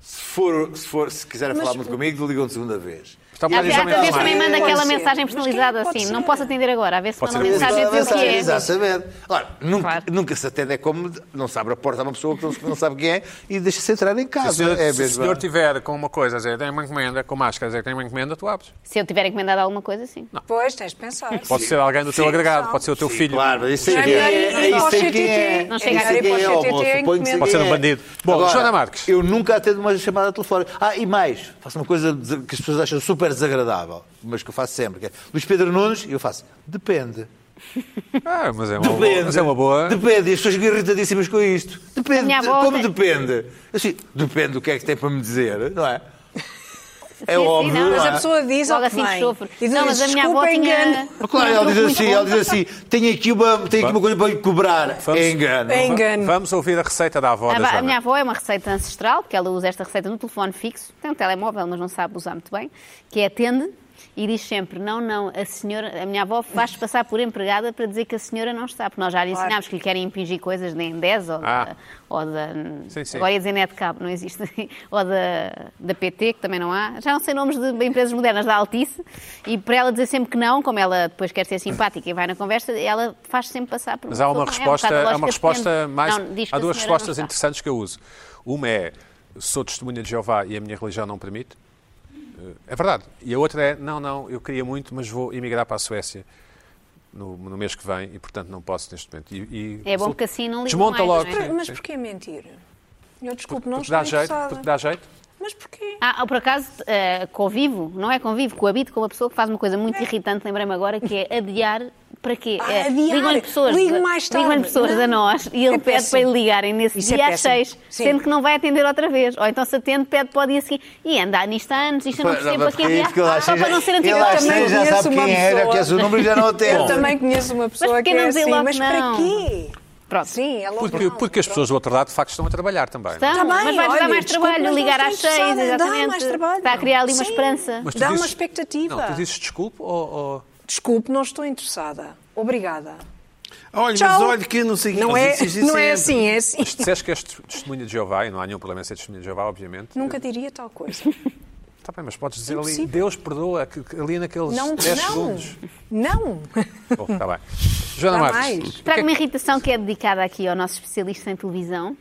Speaker 4: Se, for, se, for, se quiser falar muito comigo, ligam de segunda vez.
Speaker 1: Está
Speaker 6: Às vezes, às vezes também
Speaker 3: Mas
Speaker 6: manda
Speaker 3: quem
Speaker 6: aquela
Speaker 3: pode ser?
Speaker 6: mensagem
Speaker 3: Mas quem
Speaker 6: personalizada
Speaker 3: pode
Speaker 6: assim.
Speaker 3: ser?
Speaker 6: Não posso atender agora. A ver se
Speaker 1: Pode
Speaker 6: manda
Speaker 1: ser
Speaker 6: mensagem a dizer o
Speaker 4: Mensagem,
Speaker 6: que é.
Speaker 4: Exatamente. Ora, nunca,
Speaker 6: Claro.
Speaker 4: nunca se atende, é como não se abre a porta a uma pessoa que não se- não sabe quem é e deixa-se entrar em
Speaker 1: Se o
Speaker 4: casa.
Speaker 1: senhor,
Speaker 4: é
Speaker 1: se o
Speaker 4: mesmo.
Speaker 1: senhor tiver com uma coisa a dizer, tem uma encomenda, com máscara a dizer, tem uma encomenda, tu abres.
Speaker 6: Se eu tiver encomendado alguma coisa, sim.
Speaker 3: Pois, tens de pensar.
Speaker 1: Pode ser alguém do teu
Speaker 4: Sim.
Speaker 1: agregado,
Speaker 3: Sim.
Speaker 1: pode ser o teu filho.
Speaker 4: Claro, mas isso
Speaker 3: Não
Speaker 4: é
Speaker 3: é
Speaker 4: quem
Speaker 3: melhor ir-
Speaker 4: é.
Speaker 3: ir
Speaker 4: Isso
Speaker 3: para o
Speaker 4: é quem é.
Speaker 3: CTT. Não
Speaker 6: chega
Speaker 4: Isso
Speaker 6: a
Speaker 4: é
Speaker 6: ir
Speaker 4: quem
Speaker 3: para o
Speaker 4: é,
Speaker 3: CTT,
Speaker 4: ó,
Speaker 3: é
Speaker 4: suponho que
Speaker 3: encomenda.
Speaker 1: Pode ser um
Speaker 4: quem é.
Speaker 1: bandido. Bom,
Speaker 4: Agora,
Speaker 1: Joana Marques.
Speaker 4: Eu nunca atendo uma chamada telefónica. Ah, e mais, faço uma coisa des- que as pessoas acham super desagradável, mas que eu faço sempre. Que é, Luís Pedro Nunes, e eu faço, depende.
Speaker 1: Ah, mas é uma boa.
Speaker 4: Depende.
Speaker 1: Mas é uma boa.
Speaker 4: Depende, e as pessoas ficam irritadíssimas com isto.
Speaker 6: A
Speaker 4: Depende,
Speaker 6: minha avó
Speaker 4: como
Speaker 6: tem-
Speaker 4: depende? Assim, depende do que é que tem para me dizer, não é? É
Speaker 6: sim,
Speaker 4: óbvio.
Speaker 6: não,
Speaker 4: não
Speaker 3: Mas
Speaker 4: é?
Speaker 3: a pessoa diz ao
Speaker 6: Logo
Speaker 3: que
Speaker 6: assim
Speaker 3: vem.
Speaker 6: sofre.
Speaker 3: E diz,
Speaker 6: Não, mas a minha avó
Speaker 3: "Desculpa,
Speaker 6: tinha...
Speaker 3: engano."
Speaker 4: Claro,
Speaker 6: tinha um
Speaker 4: ela diz
Speaker 6: truque
Speaker 4: assim,
Speaker 6: muito
Speaker 4: ela
Speaker 6: bom.
Speaker 4: diz assim, tenho aqui uma, tenho aqui uma coisa para lhe cobrar.
Speaker 1: Vamos-
Speaker 4: É engano.
Speaker 3: É engano.
Speaker 1: Vamos ouvir a receita da avó
Speaker 6: A,
Speaker 1: da
Speaker 6: ba- a minha
Speaker 1: Joana.
Speaker 6: avó é uma receita ancestral, porque ela usa esta receita no telefone fixo, tem um telemóvel, mas não sabe usar muito bem, que é atende e diz sempre, não, não, a senhora, a minha avó faz passar por empregada para dizer que a senhora não está, porque nós já lhe
Speaker 3: Claro.
Speaker 6: ensinámos que lhe querem impingir coisas da Endesa ou,
Speaker 1: Ah.
Speaker 6: da, ou da...
Speaker 1: Sim, sim.
Speaker 6: Agora ia dizer Netcab, não existe. ou da, da PT, que também não há. Já não sei nomes de empresas modernas, da Altice. E para ela dizer sempre que não, como ela depois quer ser simpática e vai na conversa, ela faz sempre passar por
Speaker 1: Mas há uma
Speaker 6: pessoa. É um
Speaker 1: resposta,
Speaker 6: bocado a
Speaker 1: há
Speaker 6: lógica
Speaker 1: uma
Speaker 6: de
Speaker 1: resposta
Speaker 6: depende.
Speaker 1: mais.
Speaker 6: Não, diz que
Speaker 1: Há
Speaker 6: a
Speaker 1: duas
Speaker 6: senhora não
Speaker 1: respostas
Speaker 6: está.
Speaker 1: interessantes que eu uso. Uma é sou testemunha de Jeová e a minha religião não permite. Eh, É verdade. E a outra é não, não, eu queria muito, mas vou emigrar para a Suécia no, no mês que vem e portanto não posso neste momento. E- e
Speaker 6: É bom
Speaker 1: resulta-
Speaker 6: porque assim não liga
Speaker 1: Desmonta
Speaker 6: mais,
Speaker 1: logo.
Speaker 6: não é?
Speaker 1: Sim,
Speaker 3: Mas
Speaker 1: sim.
Speaker 3: porquê mentir? Eu desculpo, não
Speaker 1: Porque dá
Speaker 3: estou
Speaker 1: jeito, porque
Speaker 3: interessada.
Speaker 1: dá jeito.
Speaker 3: Mas porquê?
Speaker 6: Ah, ah, por acaso, eh, convivo, não é convivo, coabito com uma pessoa que faz uma coisa muito irritante, lembrei-me agora, que é adiar para quê?
Speaker 3: É. Ah,
Speaker 6: Eh,
Speaker 3: adiar.
Speaker 6: Ligam-lhe pessoas,
Speaker 3: Ligo mais tarde.
Speaker 6: ligam-lhe pessoas
Speaker 3: Não.
Speaker 6: a nós e ele
Speaker 3: É
Speaker 6: pede
Speaker 3: péssimo.
Speaker 6: para lhe ligarem nesse
Speaker 3: Isso é
Speaker 6: dia às
Speaker 3: péssimo.
Speaker 6: seis,
Speaker 3: Sim.
Speaker 6: sendo que não vai atender outra vez. Ou então se atende, pede para o dia seguinte. E andar nisto há anos, isto eu não
Speaker 4: Pois,
Speaker 6: percebo
Speaker 4: mas porque
Speaker 6: aqui
Speaker 4: é
Speaker 6: adiar.
Speaker 4: isso que ele acha,
Speaker 6: Só para
Speaker 4: já-
Speaker 6: não ser
Speaker 4: ele
Speaker 6: anterior.
Speaker 4: acha,
Speaker 3: também
Speaker 4: já
Speaker 3: conheço
Speaker 4: sabe quem
Speaker 3: uma
Speaker 4: era,
Speaker 3: pessoa.
Speaker 4: que é o seu número e já não
Speaker 3: Eu
Speaker 4: atende.
Speaker 3: também conheço uma pessoa
Speaker 6: porquê
Speaker 3: que é
Speaker 6: não dizer
Speaker 3: assim,
Speaker 6: logo
Speaker 3: mas para
Speaker 6: não?
Speaker 3: quê?
Speaker 6: Pronto.
Speaker 3: Sim, é logo
Speaker 1: Porque,
Speaker 3: não.
Speaker 1: porque as pessoas do outro lado de facto estão a trabalhar também. não é?
Speaker 6: Então,
Speaker 3: Tá bem,
Speaker 6: mas vai-nos dar
Speaker 3: olha, desculpa,
Speaker 6: mais trabalho
Speaker 3: mas não
Speaker 6: ligar
Speaker 3: estou
Speaker 6: às seis,
Speaker 3: interessada, dá mais
Speaker 6: exatamente.
Speaker 3: trabalho.
Speaker 6: Está a criar ali uma
Speaker 3: Sim.
Speaker 6: esperança.
Speaker 1: Mas tu
Speaker 3: Dá uma
Speaker 1: dizes-
Speaker 3: expectativa.
Speaker 1: Não, tu dizes desculpe ou- ou...
Speaker 3: Desculpe, não estou interessada. Obrigada.
Speaker 2: Olha, mas
Speaker 3: Tchau.
Speaker 2: olha que não sei o que
Speaker 3: Não é,
Speaker 2: existe
Speaker 3: não é
Speaker 2: sempre.
Speaker 3: assim, é assim.
Speaker 1: Se disseste que és testemunha de Jeová, e não há nenhum problema em ser testemunha de Jeová, obviamente.
Speaker 3: Nunca diria tal coisa.
Speaker 1: Está Tá bem, mas podes dizer ali,
Speaker 3: É Impossível.
Speaker 1: Deus perdoa, que- que ali naqueles
Speaker 3: Não,
Speaker 1: 10
Speaker 3: não.
Speaker 1: segundos.
Speaker 3: Não.
Speaker 1: Bom, está bem. Joana
Speaker 3: Dá
Speaker 1: Marques,
Speaker 3: mais.
Speaker 1: o que é
Speaker 6: Trago
Speaker 1: que-
Speaker 6: uma irritação que é dedicada aqui ao nosso especialista em televisão,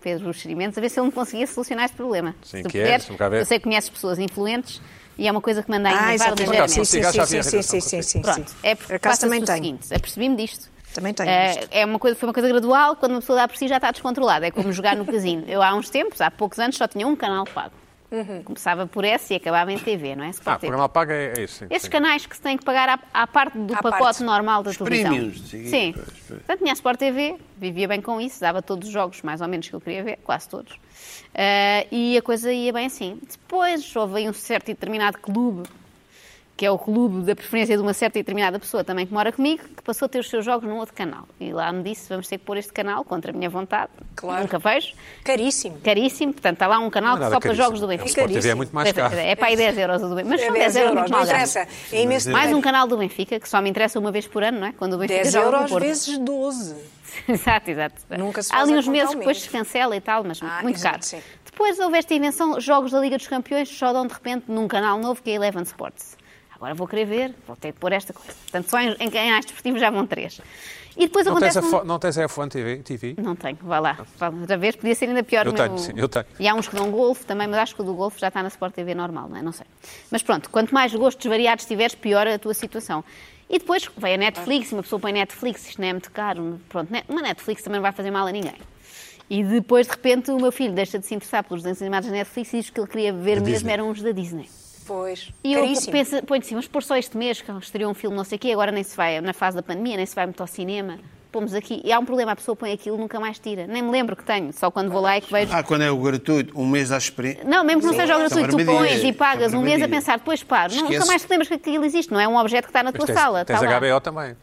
Speaker 6: Pedro Buxerimentos, a ver se ele me conseguia solucionar este problema.
Speaker 1: Sim,
Speaker 6: Se
Speaker 1: que
Speaker 6: tu
Speaker 1: é,
Speaker 6: puderes,
Speaker 1: deixa-me cá ver.
Speaker 6: eu sei que conheces pessoas influentes e é uma coisa que manda a
Speaker 3: Ah,
Speaker 6: enervar
Speaker 3: exatamente.
Speaker 1: Por acaso,
Speaker 3: Sim,
Speaker 6: ligeiramente.
Speaker 3: sim,
Speaker 1: consigo, acho que
Speaker 3: sim,
Speaker 1: havia
Speaker 3: sim, sim, sim, sim, sim.
Speaker 6: Pronto, é porque
Speaker 3: Por acaso
Speaker 6: passa-se
Speaker 3: também
Speaker 6: o
Speaker 3: tenho.
Speaker 6: seguinte, apercebi-me disto.
Speaker 3: Também tenho
Speaker 6: Eh,
Speaker 3: isto.
Speaker 6: é uma coisa, foi uma coisa gradual, quando uma pessoa dá por si já está descontrolada. É como jogar no casino. Eu há uns tempos, há poucos anos, só tinha um canal pago.
Speaker 3: Uhum.
Speaker 6: Começava por S e acabava em TV, não é?
Speaker 1: Ah,
Speaker 6: Sport
Speaker 1: o
Speaker 6: TV.
Speaker 1: programa paga é, é isso. Sim,
Speaker 6: Esses
Speaker 1: sim.
Speaker 6: canais que se têm que pagar à, à parte do
Speaker 3: À
Speaker 6: pacote
Speaker 3: parte.
Speaker 6: normal da televisão.
Speaker 2: prémios, sim,
Speaker 6: Sim.
Speaker 2: pois, pois.
Speaker 6: Portanto, tinha a Sport TV, vivia bem com isso, dava todos os jogos, mais ou menos, que eu queria ver, quase todos. Eh, Ah, e a coisa ia bem assim. Depois houve aí um certo e determinado clube que é o clube da preferência de uma certa e determinada pessoa também que mora comigo, que passou a ter os seus jogos num outro canal. E lá me disse, vamos ter que pôr este canal contra a minha vontade.
Speaker 3: Claro.
Speaker 6: Nunca vejo.
Speaker 3: Caríssimo.
Speaker 6: Caríssimo. Portanto, está lá um
Speaker 1: Não é
Speaker 6: canal que
Speaker 1: nada
Speaker 6: só para
Speaker 1: caríssimo.
Speaker 6: jogos do
Speaker 1: É o
Speaker 6: Benfica.
Speaker 1: Sport TV é muito mais caro.
Speaker 6: É para aí 10 euros o do Benfica. Mas são 10 euros
Speaker 3: É euros,
Speaker 6: muito mal
Speaker 3: não
Speaker 6: gastos.
Speaker 3: interessa. É imenso
Speaker 6: Mais um
Speaker 3: dinheiro.
Speaker 6: canal do Benfica, que só me interessa uma vez por ano, não é? Quando o Benfica
Speaker 3: 10
Speaker 6: joga com o
Speaker 3: euros
Speaker 6: Porto.
Speaker 3: vezes 12.
Speaker 6: exato, exato.
Speaker 3: Nunca se
Speaker 6: Há
Speaker 3: faz
Speaker 6: ali
Speaker 3: a
Speaker 6: uns
Speaker 3: conta
Speaker 6: meses
Speaker 3: ao
Speaker 6: que depois
Speaker 3: mês.
Speaker 6: se cancela e tal, mas
Speaker 3: Ah,
Speaker 6: muito
Speaker 3: exato,
Speaker 6: caro.
Speaker 3: sim.
Speaker 6: Depois houve esta invenção, jogos da Liga dos Campeões só dão de repente num canal novo que é Eleven Sports. Agora vou querer ver, vou ter que pôr esta coisa. Portanto, só em, em canais desportivos já vão três. E depois
Speaker 1: Não tens,
Speaker 6: acontece...
Speaker 1: a
Speaker 6: um-
Speaker 1: fo- não tens a F1 TV? TV?
Speaker 6: Não tenho, vá lá. Vá, Outra vez podia ser ainda pior.
Speaker 1: Eu
Speaker 6: o
Speaker 1: tenho, sim, eu tenho.
Speaker 6: E há uns que dão golfe também, mas acho que o do golfe já está na Sport TV normal, não é? Não sei. Mas pronto, quanto mais gostos variados tiveres, pior a tua situação. E depois vem a Netflix, uma pessoa põe Netflix, isto não é muito caro, pronto, ne- uma Netflix também não vai fazer mal a ninguém. E depois, de repente, o meu filho deixa de se interessar pelos desenhos animados da Netflix e diz que ele queria ver mesmo
Speaker 1: Disney.
Speaker 6: eram os da Disney.
Speaker 3: Pois.
Speaker 6: E eu
Speaker 3: Caríssimo.
Speaker 6: penso, ponho assim, vamos pôr só este mês, que estreou um filme não sei o quê, agora nem se vai, na fase da pandemia, nem se vai muito ao cinema. Pomos aqui, e há um problema, a pessoa põe aquilo e nunca mais tira. Nem me lembro que tenho, só quando vou lá é que vejo.
Speaker 2: Ah, quando é o gratuito, um mês à experiência.
Speaker 6: Não, mesmo que não seja o
Speaker 2: são
Speaker 6: gratuito, tu
Speaker 2: armadilhas,
Speaker 6: pões e
Speaker 2: são
Speaker 6: pagas um mês a
Speaker 2: armadilhas.
Speaker 6: pensar, depois paro. Não- Nunca
Speaker 2: Esquece.
Speaker 6: mais te lembras que aquilo existe, não é um objeto que está na
Speaker 1: Mas
Speaker 6: tua
Speaker 1: tens,
Speaker 6: sala.
Speaker 1: tens
Speaker 6: está lá.
Speaker 1: HBO também.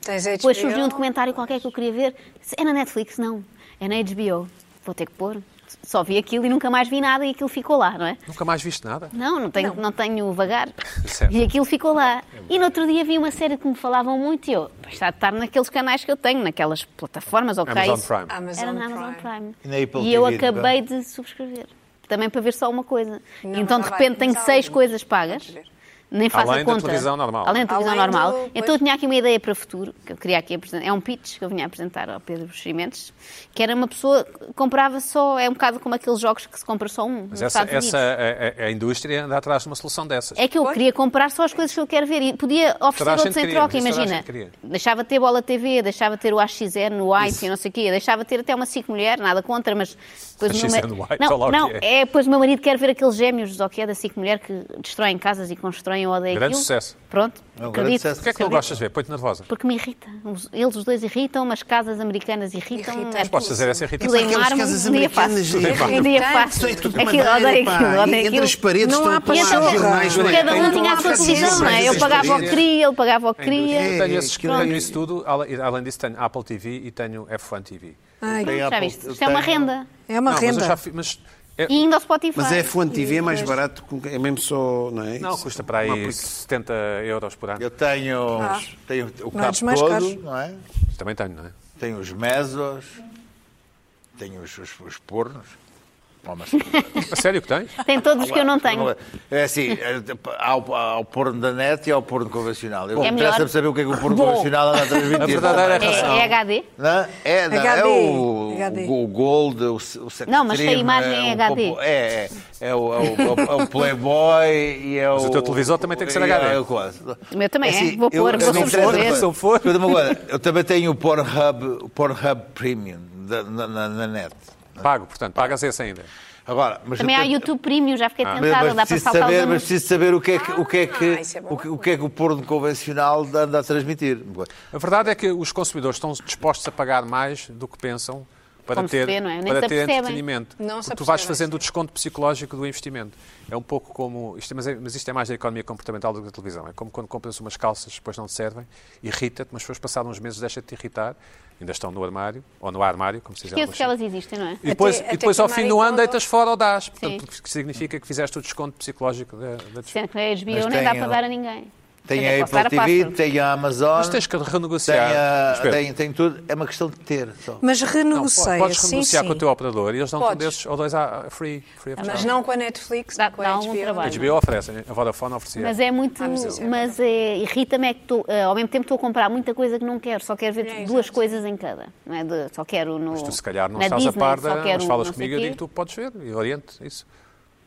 Speaker 3: Tens é
Speaker 6: Depois surgiu
Speaker 3: HBO.
Speaker 6: um documentário qualquer que eu queria ver. Disse, É na Netflix? Não. É na HBO. Vou ter que pôr. Só vi aquilo e nunca mais vi nada e aquilo ficou lá, não é?
Speaker 1: Nunca mais viste nada.
Speaker 6: Não, não tenho, não. tenho vagar.
Speaker 1: Certo. É
Speaker 6: E aquilo ficou lá. E no outro dia vi uma série que me falavam muito e eu, "Pois, está de estar naqueles canais que eu tenho, naquelas plataformas, ok?
Speaker 1: Amazon
Speaker 6: isso- tá
Speaker 1: Prime.
Speaker 3: Amazon
Speaker 6: Era na
Speaker 3: Prime.
Speaker 6: Amazon Prime.
Speaker 4: E na Apple
Speaker 1: é?
Speaker 6: eu
Speaker 4: TV,
Speaker 6: acabei de subscrever. Também para ver só uma coisa.
Speaker 3: Não,
Speaker 6: então,
Speaker 3: não
Speaker 6: de
Speaker 3: vai,
Speaker 6: repente, tenho
Speaker 3: mas há
Speaker 6: seis
Speaker 3: algumas.
Speaker 6: coisas pagas.
Speaker 3: Pode ver.
Speaker 6: Nem faço
Speaker 1: Além
Speaker 6: a
Speaker 1: da
Speaker 6: conta.
Speaker 1: televisão normal.
Speaker 6: Além da televisão
Speaker 3: Além do-
Speaker 6: normal.
Speaker 3: pois.
Speaker 6: Então eu tinha aqui uma ideia para o futuro, que eu queria aqui apresentar. É um pitch que eu vinha apresentar ao Pedro Buximentos, que era uma pessoa que comprava só, é um bocado como aqueles jogos que se compra só um. nos
Speaker 1: Mas essa,
Speaker 6: Estados Unidos.
Speaker 1: essa- é, a, a- a indústria anda atrás de uma solução dessas.
Speaker 6: É que eu queria comprar só as coisas que eu quero ver e podia oferecer
Speaker 1: Toda a gente
Speaker 6: outros em
Speaker 1: queria,
Speaker 6: troca,
Speaker 1: mas isso toda a
Speaker 6: imagina.
Speaker 1: gente queria.
Speaker 6: Deixava de ter bola TV, deixava de ter o AXN, o White e não sei o quê, deixava de ter até uma SIC mulher, nada contra, mas depois o meu
Speaker 1: AXN,
Speaker 6: marido.
Speaker 1: o White, olha lá
Speaker 6: Não,
Speaker 1: o
Speaker 6: não,
Speaker 1: que
Speaker 6: é depois o meu marido quer ver aqueles gêmeos do que é da SIC mulher que destroem casas e constroem o odeio
Speaker 1: Grande
Speaker 6: aquilo.
Speaker 1: sucesso.
Speaker 6: Pronto,
Speaker 4: um grande
Speaker 6: acredito.
Speaker 4: sucesso.
Speaker 1: O que é que tu gostas de ver? Põe-te nervosa.
Speaker 6: Porque me irrita. Os- Eles os dois irritam, as casas americanas irritam.
Speaker 3: Irritam.
Speaker 6: é
Speaker 3: Mas
Speaker 1: Podes
Speaker 6: tudo.
Speaker 1: fazer essa
Speaker 6: Tudo
Speaker 1: irritação.
Speaker 6: em
Speaker 2: Aquelas
Speaker 6: mármore,
Speaker 2: casas
Speaker 6: um dia
Speaker 2: americanas
Speaker 6: fácil.
Speaker 1: irritantes.
Speaker 6: Um dia fácil.
Speaker 2: Isso é tudo
Speaker 6: Aquilo,
Speaker 2: madeira,
Speaker 6: odeio
Speaker 2: pá.
Speaker 6: aquilo, odeio
Speaker 2: Entre
Speaker 6: aquilo.
Speaker 2: as paredes
Speaker 3: Não
Speaker 2: estão
Speaker 3: há
Speaker 2: a pular
Speaker 3: paixão.
Speaker 2: os jornais. não é?
Speaker 6: então, Cada um
Speaker 2: Tem-
Speaker 6: tinha a sua
Speaker 3: Não há
Speaker 6: decisão, não é? Eu
Speaker 2: paciência.
Speaker 6: pagava ao CRI, ele pagava ao CRI.
Speaker 1: Eu tenho, esses-
Speaker 2: aquilo é-
Speaker 1: tenho isso tudo. Al- Além disso, tenho Apple TV e tenho F1 TV.
Speaker 3: Ai,
Speaker 6: Já viste? Isto é uma renda.
Speaker 3: é uma
Speaker 1: não, mas
Speaker 3: renda.
Speaker 1: eu já fi- mas é-
Speaker 6: E ainda ao Spotify.
Speaker 2: Mas a F1 TV é mais barato, que- é mesmo só, não é?
Speaker 1: não,
Speaker 2: Isso-
Speaker 1: custa para aí
Speaker 2: uma aplicação.
Speaker 1: 70 euros por ano.
Speaker 4: Eu tenho, os- tenho o
Speaker 3: Não é
Speaker 4: cabo
Speaker 3: dos mais
Speaker 4: todo,
Speaker 3: caros.
Speaker 4: não é?
Speaker 1: Também tenho, não é?
Speaker 4: Tenho os mesos, tenho os, os, os pornos. Oh, mas-
Speaker 1: A sério que tens?
Speaker 6: Tem todos os que eu não tenho.
Speaker 4: É assim, é, há o, há o porno da net e há o porno convencional. Eu
Speaker 6: É
Speaker 4: me interessa
Speaker 6: melhor.
Speaker 4: saber o que é que o porno
Speaker 6: Bom.
Speaker 4: convencional anda a transmitir.
Speaker 1: A verdadeira
Speaker 6: É, é HD?
Speaker 4: Não, é, não, é
Speaker 3: HD,
Speaker 4: o,
Speaker 3: HD.
Speaker 4: o, o Gold, o, se- o sex
Speaker 6: Não, mas
Speaker 4: dream,
Speaker 6: a imagem é
Speaker 4: o
Speaker 6: HD.
Speaker 4: um popo- É, é, é, o, é, o, é o Playboy e é o...
Speaker 1: Mas o teu televisor também tem que ser HD.
Speaker 4: É, o quase.
Speaker 6: O meu também é.
Speaker 4: assim,
Speaker 6: Vou pôr, vou
Speaker 4: não
Speaker 6: subscrever.
Speaker 4: interessa-
Speaker 1: Se eu for.
Speaker 4: Eu, digo uma coisa, eu também tenho o Pornhub, o Pornhub Premium da- na, na, na net.
Speaker 1: Pago, portanto, pagas esse ainda.
Speaker 4: Agora, mas
Speaker 6: Também há
Speaker 4: eu-
Speaker 6: YouTube Premium, já fiquei
Speaker 1: Ah.
Speaker 4: Mas,
Speaker 6: tentada,
Speaker 4: mas
Speaker 6: dá para
Speaker 4: preciso
Speaker 6: saltar os
Speaker 4: saber, mas
Speaker 6: anúncios.
Speaker 4: preciso saber o que é que o que é que,
Speaker 3: Ah, isso é bom.
Speaker 4: o que, o que é que o porno convencional anda a transmitir.
Speaker 1: A verdade é que os consumidores estão dispostos a pagar mais do que pensam para
Speaker 6: Como se
Speaker 1: ter,
Speaker 6: vê, não é? Nem se
Speaker 1: para ter
Speaker 6: apercebem.
Speaker 1: entretenimento.
Speaker 3: Não se
Speaker 1: Porque tu vais
Speaker 3: apercebem.
Speaker 1: fazendo o desconto psicológico do investimento. É um pouco como. Isto, é- mas, é- mas isto é mais da economia comportamental do que da televisão. É como quando compras umas calças que depois não te servem, irrita-te, mas depois passados uns meses deixa-te irritar, ainda estão no armário, ou no armário, como se diz em
Speaker 6: Esqueço
Speaker 1: alguns
Speaker 6: que elas existem, não é?
Speaker 1: E depois,
Speaker 3: Até-
Speaker 1: e depois
Speaker 3: até
Speaker 1: ao
Speaker 3: que
Speaker 1: fim do ano
Speaker 3: Marie
Speaker 1: deitas fora ou das.
Speaker 6: Sim.
Speaker 1: Portanto, que significa que fizeste o desconto psicológico da, da despesa.
Speaker 6: Sendo que na HBO
Speaker 4: Mas
Speaker 6: nem dá
Speaker 4: tem,
Speaker 6: para
Speaker 4: ó.
Speaker 6: dar a ninguém. é
Speaker 4: Tem
Speaker 6: Quer dizer,
Speaker 4: a
Speaker 6: posso dar
Speaker 4: Apple TV,
Speaker 6: Pássaro.
Speaker 4: tem a Amazon,
Speaker 1: Mas tens que
Speaker 4: tem,
Speaker 1: renegociar.
Speaker 4: a,
Speaker 1: Espera.
Speaker 4: tem, tem tudo. É uma questão de ter só.
Speaker 3: Mas
Speaker 1: Não, po-
Speaker 3: renegocia,
Speaker 1: podes
Speaker 3: sim,
Speaker 1: renegociar
Speaker 3: sim.
Speaker 1: com o teu operador e eles dão-te um
Speaker 3: Podes.
Speaker 1: desses ou dois a, a free. free a
Speaker 3: Mas não com a Netflix,
Speaker 6: Dá-
Speaker 3: não com
Speaker 6: dá
Speaker 3: a
Speaker 6: algum
Speaker 3: HBO.
Speaker 1: A
Speaker 6: trabalho.
Speaker 1: HBO oferece, a Vodafone oferecia.
Speaker 6: Mas é muito.
Speaker 3: Ah, mas isso é
Speaker 6: Mas é, irrita-me é que estou, eh, ao mesmo tempo estou a comprar muita coisa que não quero, só quero ver
Speaker 3: É,
Speaker 6: duas
Speaker 3: exato.
Speaker 6: coisas em cada. Não é? De- só quero no. Mas
Speaker 1: Tu se calhar não
Speaker 6: na
Speaker 1: estás
Speaker 6: Disney,
Speaker 1: a par,
Speaker 6: só
Speaker 1: da-
Speaker 6: quero
Speaker 1: mas falas
Speaker 6: não sei
Speaker 1: comigo eu
Speaker 6: quê.
Speaker 1: digo que tu podes ver e oriente isso.